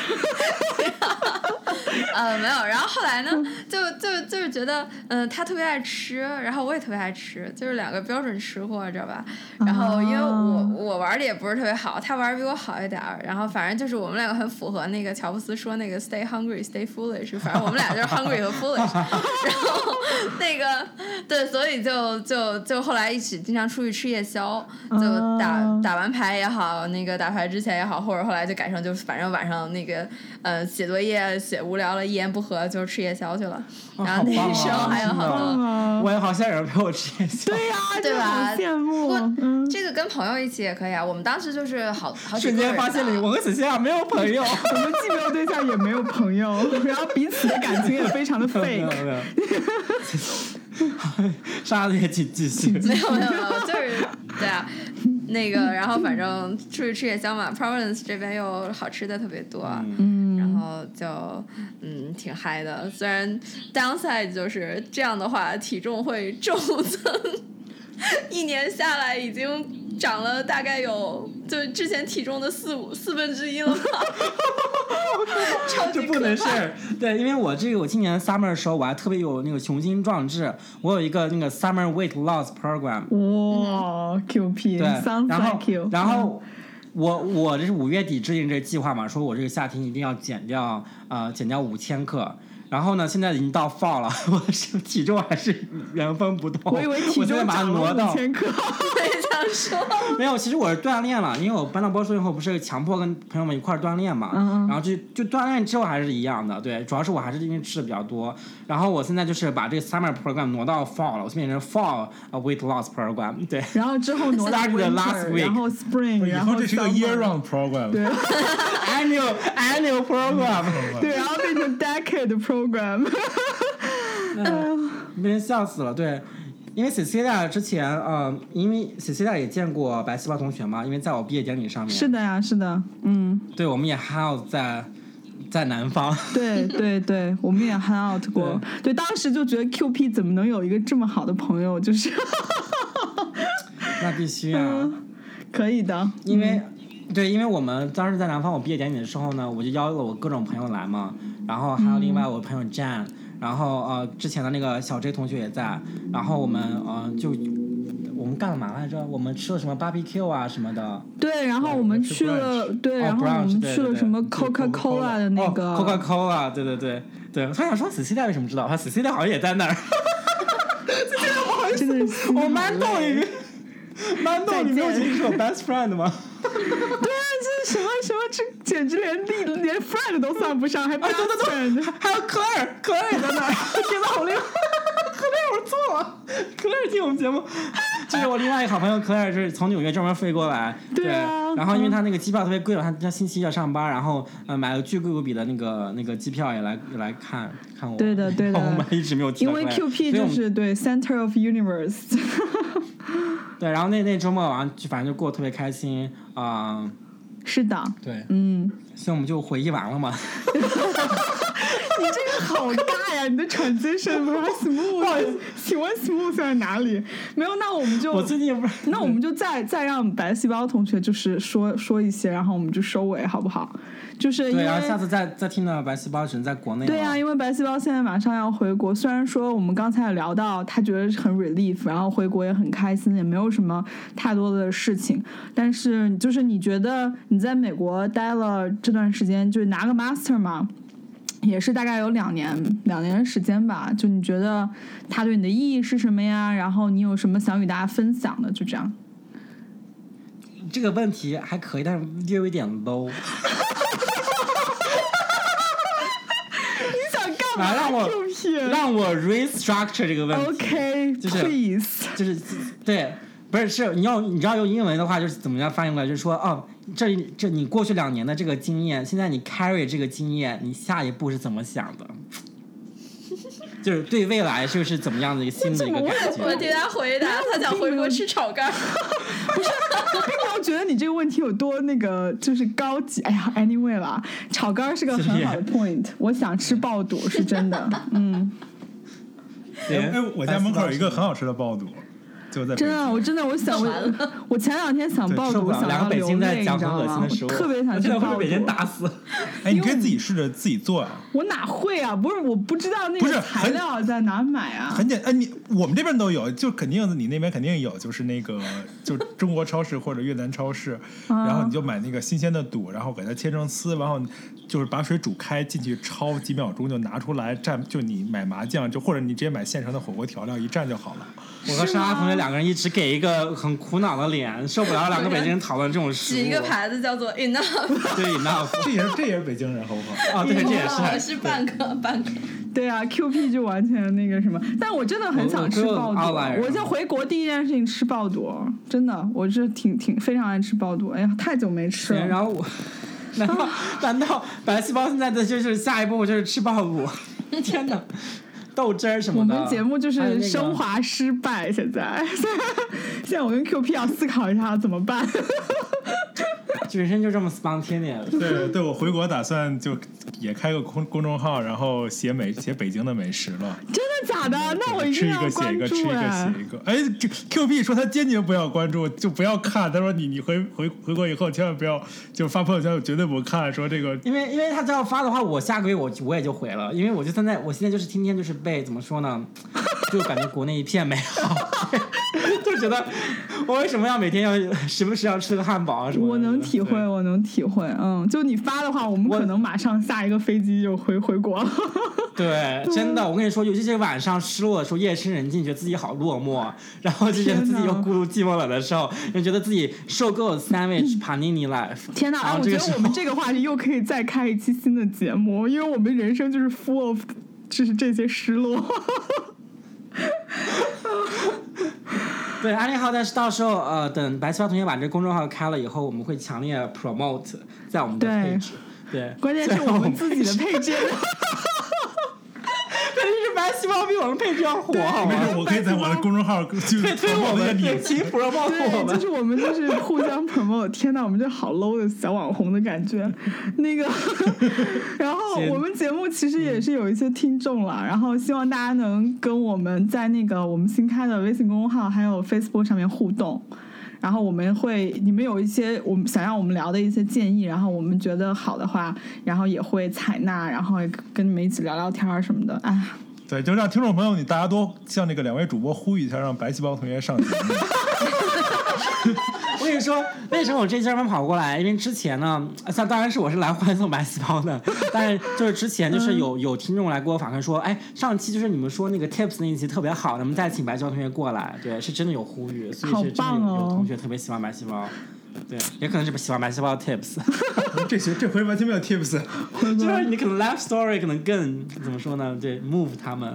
Speaker 4: 呃，没有。然后后来呢，就就就是觉得，嗯、他特别爱吃，然后我也特别爱吃，就是两个标准吃货，知道吧？然后因为我
Speaker 1: 啊
Speaker 4: 我玩的也不是特别好，他玩的比我好一点儿。然后反正就是我们两个很符合那个乔布斯说那个 “stay hungry, stay foolish”，反正我们俩就是 hungry 和 foolish。然后 [LAUGHS] 那个对，所以就就就后来一起经常出去吃夜宵，
Speaker 2: 哦
Speaker 4: 就打、
Speaker 1: 啊
Speaker 4: 打完牌也好，那个打牌之前也好，或者后来就改成就是反正晚上那个呃写作业写无聊了，一言不合就吃夜宵去了。
Speaker 2: 啊
Speaker 4: [LAUGHS] 然后那
Speaker 2: 好棒
Speaker 4: 个时
Speaker 2: 啊
Speaker 4: 候还有好
Speaker 2: 真
Speaker 4: 多。
Speaker 2: 的嗯
Speaker 1: 啊
Speaker 2: 我也好像有人陪我吃夜宵。
Speaker 1: 对呀，啊
Speaker 4: 对
Speaker 1: 真的好
Speaker 4: 吧
Speaker 1: 羡
Speaker 4: 不
Speaker 1: 慕
Speaker 4: 过。
Speaker 1: 嗯，
Speaker 4: 这个跟朋友一起也可以啊。我们当时就是好好几
Speaker 2: 瞬
Speaker 4: 个人
Speaker 2: 间发现
Speaker 4: 吧
Speaker 2: 了我和小仙啊没有朋友。
Speaker 1: 我们既没有对象，也没有朋友， [LAUGHS] 然后彼此的感情也非常的
Speaker 2: [LAUGHS] 没
Speaker 1: [LAUGHS]
Speaker 2: 有
Speaker 1: fake。
Speaker 2: 没有。沙子也请继续。
Speaker 4: [LAUGHS] 没有没有没有，就是对啊，那个然后反正出去吃夜宵嘛，Providence 这边又好吃的特别多，嗯，然后就嗯挺嗨的。虽然 downside 就是这样的话，体重会骤增，一年下来已经长了大概有就之前体重的四五四分之一了吧，超级
Speaker 2: 这不
Speaker 4: 可
Speaker 2: 能
Speaker 4: 怕。
Speaker 2: 是对，因为我这个我今年 summer 的时候，我还特别有那个雄心壮志，我有一个那个 summer weight loss program，
Speaker 1: 哇，Q P，
Speaker 2: 对，
Speaker 1: sounds
Speaker 2: 然后
Speaker 1: like you。
Speaker 2: 然后我我这是五月底制定这个计划嘛，说我这个夏天一定要减掉呃减掉五千克。然后呢，现在已经到 fall 了， [LAUGHS] 我的身体重还是原封不动。
Speaker 1: 我以
Speaker 2: [LAUGHS]
Speaker 1: 为体
Speaker 2: 现在
Speaker 1: 重
Speaker 2: 把它
Speaker 1: 长
Speaker 2: 挪
Speaker 1: 了
Speaker 2: 到
Speaker 1: 五千克，
Speaker 4: 想说，
Speaker 2: 没有，其实我是锻炼了，因为我搬到波士顿以后不是强迫跟朋友们一块儿锻炼嘛，
Speaker 1: 嗯嗯
Speaker 2: 然后就就锻炼之后还是一样的，对，主要是我还是因为吃的比较多，然后我现在就是把这个 summer program 挪到 fall 了，我现在变成 fall 呃 weight loss program，对，
Speaker 1: [LAUGHS] 然后之后挪到
Speaker 2: Started last
Speaker 1: winter，
Speaker 2: week
Speaker 1: 然后 spring，
Speaker 3: 以
Speaker 1: 然
Speaker 3: 后
Speaker 1: 后
Speaker 3: 这是个
Speaker 1: summer
Speaker 3: year round program，
Speaker 1: 对 [LAUGHS]
Speaker 2: annual annual program，
Speaker 1: 对，然后变成 decade program。
Speaker 2: [LAUGHS] 被人笑死了，对。因为 Cecilia 之前，呃，因为 Cecilia 也见过白细胞同学嘛，因为在我毕业典礼上面，
Speaker 1: 是的呀，是的，嗯，
Speaker 2: 对，我们也 held 在在
Speaker 1: [LAUGHS]
Speaker 2: 南方，
Speaker 1: 对对对，我们也 hang out 过，对，当时就觉得 QP 怎么能有一个这么好的朋友，就是 [LAUGHS]
Speaker 2: 那必须啊。
Speaker 1: 嗯可以的，
Speaker 2: 因为、
Speaker 1: 嗯
Speaker 2: 对，因为我们当时在南方我毕业典礼的时候呢，我就邀了我各种朋友来嘛，然后还有
Speaker 1: 嗯
Speaker 2: 另外我朋友 Jan，、然后呃之前的那个小 J 同学也在，然后我们呃就我们干了嘛来着？我们吃了什么 BBQ 啊什么的。
Speaker 1: 对，然后我们去了，对，
Speaker 2: 哦
Speaker 1: 然后我
Speaker 2: brunch，
Speaker 1: 们
Speaker 2: 对
Speaker 1: 去
Speaker 2: 对
Speaker 1: 了
Speaker 2: 对
Speaker 1: 什么
Speaker 3: 就
Speaker 1: Coca
Speaker 3: Coca-Cola
Speaker 1: Cola 的那个，
Speaker 2: 哦、Coca Cola，对对对对，我突然想说 Cecilia 为什么知道？他 Cecilia 好像也在那儿， [LAUGHS]
Speaker 1: 真的 [LAUGHS] 是，
Speaker 2: 我馒头里面，馒头里面
Speaker 1: 嗯再见
Speaker 2: 不是我 best friend 吗？
Speaker 1: 对啊，这是什么什么，这简直连利连 friend 都算不上，还 best
Speaker 2: 对对
Speaker 1: [LAUGHS] friend，
Speaker 2: 还有可尔，可尔也在那儿，天呐，我另可尔我错了，可尔听我们节 [LAUGHS] 目，这是我另外一个好朋友，可尔是从纽约专门飞过来，对
Speaker 1: 对啊
Speaker 2: 然后因为他那个机票特别贵了，他他星期一要上班，然后呃买了巨贵无比的那个那个机票也来也来看看我，
Speaker 1: 对的对的
Speaker 2: [LAUGHS] 然后我们一直没有提到
Speaker 1: 因为
Speaker 2: 克莱尔
Speaker 1: QP
Speaker 2: 所以
Speaker 1: 就
Speaker 2: 我们
Speaker 1: 是对 center of universe， [LAUGHS]
Speaker 2: 对，然后那那周末晚上就反正就过得特别开心啊、
Speaker 1: 是的，
Speaker 2: 对，
Speaker 1: 嗯，
Speaker 2: 所以我们就回忆完了嘛。 [LAUGHS]
Speaker 1: 你这个好尬呀！你的 transition [LAUGHS] 不是 smooth，请问 smooth 在哪里？没有，那我们就
Speaker 2: 我最近也不是，
Speaker 1: 那我们就再再让白细胞同学就是说说一些，然后我们就收尾好不好？就是因
Speaker 2: 对，
Speaker 1: 为
Speaker 2: 然后下次再再听到白细胞只能在国内
Speaker 1: 对呀、
Speaker 2: 了
Speaker 1: 因为白细胞现在马上要回国，虽然说我们刚才也聊到，他觉得很 relief，然后回国也很开心，也没有什么太多的事情。但是就是你觉得你在美国待了这段时间，就是拿个 master 嘛，也是大概有两年两年的时间吧。就你觉得它对你的意义是什么呀？然后你有什么想与大家分享的？就这样。
Speaker 2: 这个问题还可以，但是略有一点 low。
Speaker 1: 你想干
Speaker 2: 嘛来让我
Speaker 1: 我
Speaker 2: 让我 restructure 这个问题。
Speaker 1: OK
Speaker 2: 就是
Speaker 1: please
Speaker 2: 就是对，不是是你要你知道用英文的话就是怎么样翻译过来，就是说哦，这这你过去两年的这个经验，现在你 carry 这个经验，你下一步是怎么想的？ [LAUGHS] 就是对未来是不是怎么样的一个新的一个感
Speaker 4: 我
Speaker 2: 觉？
Speaker 4: 替他回答，他想回国吃炒肝。
Speaker 1: 我并没有觉得你这个问题有多那个，就是高级。哎呀，anyway 啦，炒肝是个很好的 point。我想吃爆肚是
Speaker 2: [LAUGHS]
Speaker 1: 真的，嗯，
Speaker 2: 对
Speaker 3: 哎，我家门口有一个很好吃的爆肚，就在北
Speaker 1: 真的，啊
Speaker 3: 京
Speaker 1: 我真的，我想我我前两天想爆
Speaker 2: 受
Speaker 1: 肚，
Speaker 2: 不
Speaker 1: 我
Speaker 2: 了，
Speaker 1: 想
Speaker 2: 两
Speaker 1: 要
Speaker 2: 个北
Speaker 1: 流
Speaker 2: 京在
Speaker 1: 泪，你
Speaker 2: 讲
Speaker 1: 知
Speaker 2: 很
Speaker 1: 道
Speaker 2: 恶心
Speaker 1: 吗？
Speaker 2: 的食
Speaker 1: 我
Speaker 2: 物，
Speaker 1: [LAUGHS] 特别
Speaker 2: 我
Speaker 1: 想吃
Speaker 2: 真的会
Speaker 1: 爆
Speaker 2: 被北
Speaker 1: 肚
Speaker 2: 京。打死。
Speaker 3: 哎，你可以自己试着自己做呀。
Speaker 1: 我哪会啊？不是，我不知道那
Speaker 3: 不是
Speaker 1: 个材
Speaker 3: 很
Speaker 1: 料在哪买啊。
Speaker 3: 很简单，哎你我们这边都有，就肯定你那边肯定有，就是那个就中国超市或者越南超市，然后你就买那个新鲜的肚，然后给它切成丝，然后就是把水煮开进去焯几秒钟就拿出来蘸，就你买麻酱就或者你直接买现成的火锅调料一蘸就好了。
Speaker 2: 我和莎莎同学两个人一直给一个很苦恼的脸，受
Speaker 1: [LAUGHS]
Speaker 2: 不了两个北京人讨论这种食物。
Speaker 4: 举一个牌子叫做 Enough，
Speaker 2: 对，enough。
Speaker 1: [LAUGHS]
Speaker 3: 这也是这也是北京人，好不好？ [LAUGHS]
Speaker 2: 哦，对，这也
Speaker 4: 我
Speaker 2: 是。
Speaker 4: 是半个半个。
Speaker 1: 对啊，QP 就完全那个什么，但我真的很想吃爆
Speaker 2: 我我归
Speaker 1: 肚。
Speaker 2: 了
Speaker 1: 我就回国第一件事情吃爆肚，真的，我是挺挺非常爱吃爆肚。哎呀，太久没吃了。
Speaker 2: 然后我，难道难道白细胞现在的就是下一步就是吃爆肚？ [LAUGHS] 天哪，豆汁儿什
Speaker 1: 我
Speaker 2: 么的。
Speaker 1: 们节目就
Speaker 2: 还有那
Speaker 1: 是
Speaker 2: 个
Speaker 1: 升。华失败，现在， [LAUGHS] 现在我跟 QP 要思考一下怎么办。 [LAUGHS]
Speaker 2: 人生就这么 spontaneous。
Speaker 3: 对对，我回国打算就也开个公公众号，然后写美写北京的美食了。
Speaker 1: 真的假的？那嗯我一
Speaker 3: 吃
Speaker 1: 定
Speaker 3: 一
Speaker 1: 要
Speaker 3: 个写
Speaker 1: 关
Speaker 3: 一个，吃一
Speaker 1: 注
Speaker 3: 个
Speaker 1: 哎
Speaker 3: 写！一个。哎，这 Q B 说他坚决不要关注，就不要看。他说你你回回回国以后千万不要就发朋友圈，我绝对不看。说这个
Speaker 1: 哦
Speaker 2: 因为因为他这样发的话，我下个月我我也就回了，因为我就现在 [LAUGHS] 我现在就是天天就是被怎么说呢，就感觉国内一片美好，就觉得我为什么要每天要时不时要吃个汉堡啊什么的？
Speaker 1: 我能体会，
Speaker 3: 对
Speaker 1: 我能体会，嗯，就你发的话，我们
Speaker 2: 我
Speaker 1: 可能马上下一个飞机就回回国 [LAUGHS] 了。
Speaker 2: 对，真的，我跟你说，尤其是晚上失落的时候，夜深人静，觉得自己好落寞，啊 [LAUGHS] 然后就觉得自己又孤独寂寞冷的时候，又觉得自己受够了 sandwich panini life。
Speaker 1: 天哪，
Speaker 2: 然
Speaker 1: 哎，
Speaker 2: 后
Speaker 1: 我
Speaker 2: 这
Speaker 1: 觉
Speaker 2: 个
Speaker 1: 得
Speaker 2: 时
Speaker 1: 我
Speaker 2: 候
Speaker 1: 们这个话题又可以再开一期新的节目，因为我们人生就是 full of 就是这些失落。
Speaker 2: 对，安利号，但是到时候呃，等白七八同学把这公众号开了以后，我们会强烈 promote 在我们的
Speaker 1: 对
Speaker 2: 配置。对，
Speaker 1: [LAUGHS] 关键是
Speaker 2: 在
Speaker 1: 我
Speaker 2: 们
Speaker 1: 们自己的配 [LAUGHS] 置，
Speaker 2: 但是白细胞比我们配
Speaker 1: [LAUGHS]
Speaker 2: 置要火，好
Speaker 3: 没
Speaker 1: 哦
Speaker 3: 事，
Speaker 2: 吗？
Speaker 3: 我可以在我的公众号就是
Speaker 2: 对，推我
Speaker 3: 那个
Speaker 2: 们，对，
Speaker 3: 你，
Speaker 2: 请 promote
Speaker 1: 对，就
Speaker 2: 我们。
Speaker 1: 是我们就是互相 promote。天 [LAUGHS] 哪，我们这好 low 的小网红的感觉。那个， [LAUGHS] 然后
Speaker 2: 行
Speaker 1: 我们节目其实也是有一些听众了，然后希望大家能跟我们在那个我们新开的微信公众号还有 Facebook 上面互动。然后我们会，你们有一些我们想让我们聊的一些建议，然后我们觉得好的话，然后也会采纳，然后也跟你们一起聊聊天儿什么的。哎，
Speaker 3: 对，就让听众朋友你大家多向那个两位主播呼吁一下，让白细胞同
Speaker 1: [LAUGHS]
Speaker 3: 学上节目。
Speaker 2: 我跟你说，为什么我这专门跑过来？因为之前呢，嗯像当然是我是来欢送白细胞的，但是就是之前
Speaker 1: 嗯
Speaker 2: 就是有有听众来给我反馈说，哎，上期就是你们说那个 tips 那一期特别好，能不能再请白细胞同学过来？对，是真的有呼吁，所以
Speaker 1: 好
Speaker 2: 是真的
Speaker 1: 棒
Speaker 2: 有,、
Speaker 1: 哦
Speaker 2: 有同学特别喜欢白细胞。对，也可能是喜欢白细胞的 tips，
Speaker 3: 这些这回完全没有 tips，
Speaker 2: 就是你可能 life story 可能更怎么说呢？对，move 他们。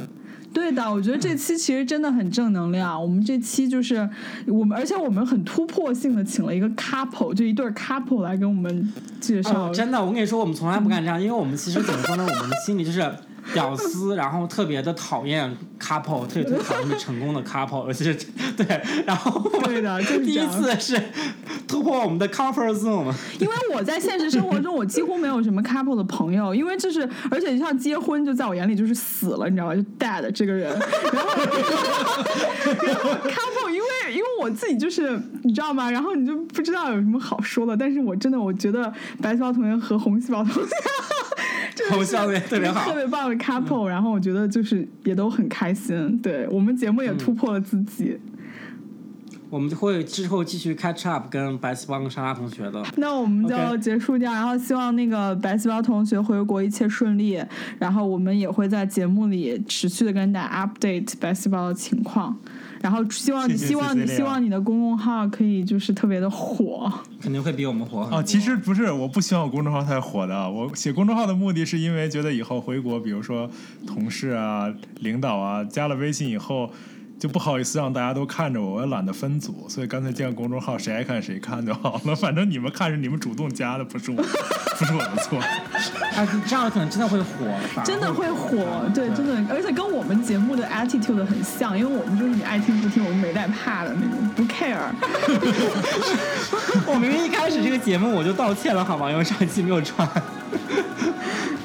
Speaker 1: 对的，我觉得这期其实真的很正能量。我们这期就是我们，而且我们很突破性的请了一个 couple，就一对 couple 来给我们介绍。
Speaker 2: 哦，真的，我跟你说，我们从来不干这样，因为我们其实怎么说呢，我们心里就是屌丝， [LAUGHS] 然后特别的讨厌 couple，特别特别讨厌成功的 couple，而且是对，然后我们
Speaker 1: 对的就是
Speaker 2: 第
Speaker 1: 这
Speaker 2: 一
Speaker 1: 样
Speaker 2: 次是突破我们的 comfort zone，
Speaker 1: 因为我在现实生活中，我几乎没有什么 couple 的朋友，因为这是，而且像结婚，就在我眼里就是死了，你知道吧？就 [LAUGHS] dead 这个人。然后然后 couple，因为因为我自己就是你知道吗？然后你就不知道有什么好说的。但是我真的我觉得白细胞同学和红细胞同学。真的
Speaker 2: 红
Speaker 1: 是
Speaker 2: 笑的特别好
Speaker 1: 特别棒的 couple，、然后我觉得就是也都很开心，对我们节目也突破了自己。
Speaker 2: 我们会之后继续 catch up 跟白细胞跟莎拉同学的。
Speaker 1: 那我们就
Speaker 2: OK
Speaker 1: 结束掉然后希望那个白细胞同学回国一切顺利，然后我们也会在节目里持续的跟大家 update 白细胞的情况，然后希望
Speaker 3: 谢谢
Speaker 1: 希望
Speaker 3: Cecilia
Speaker 1: 希望你的公众号可以就是特别的火，
Speaker 2: 肯定会比我们火很多
Speaker 3: 哦，其实不是，我不希望我公众号太火的。啊我写公众号的目的是因为觉得以后回国，比如说同事啊、领导啊，加了微信以后就不好意思让大家都看着我，我也懒得分组，所以干脆建个公众号，谁爱看谁看就好了。反正你们看是你们主动加的，不是我，不是我的错。
Speaker 2: 啊，这样可能真的会火，反而
Speaker 1: 真的会火，对，真的，而且跟我们节目的 attitude 很像，因为我们就是你爱听不听，我们没在怕的那种，不 care。 [LAUGHS]
Speaker 2: [LAUGHS] 我明明一开始这个节目我就道歉了，好吗？因为上期没有穿。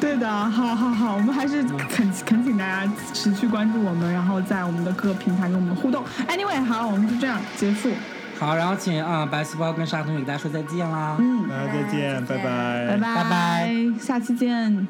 Speaker 1: 对的，好好好，我们还是恳恳请大家持续关注我们，然后在我们的各个平台跟我们互动。Anyway，好，我们就这样结束，
Speaker 2: 好，然后请啊、白细胞跟 [LAUGHS] 莎拉同学给大家说再见啦。
Speaker 1: 嗯，
Speaker 3: 大家再见，
Speaker 4: 拜拜
Speaker 3: 拜
Speaker 1: 拜
Speaker 2: 拜拜
Speaker 1: 下期见。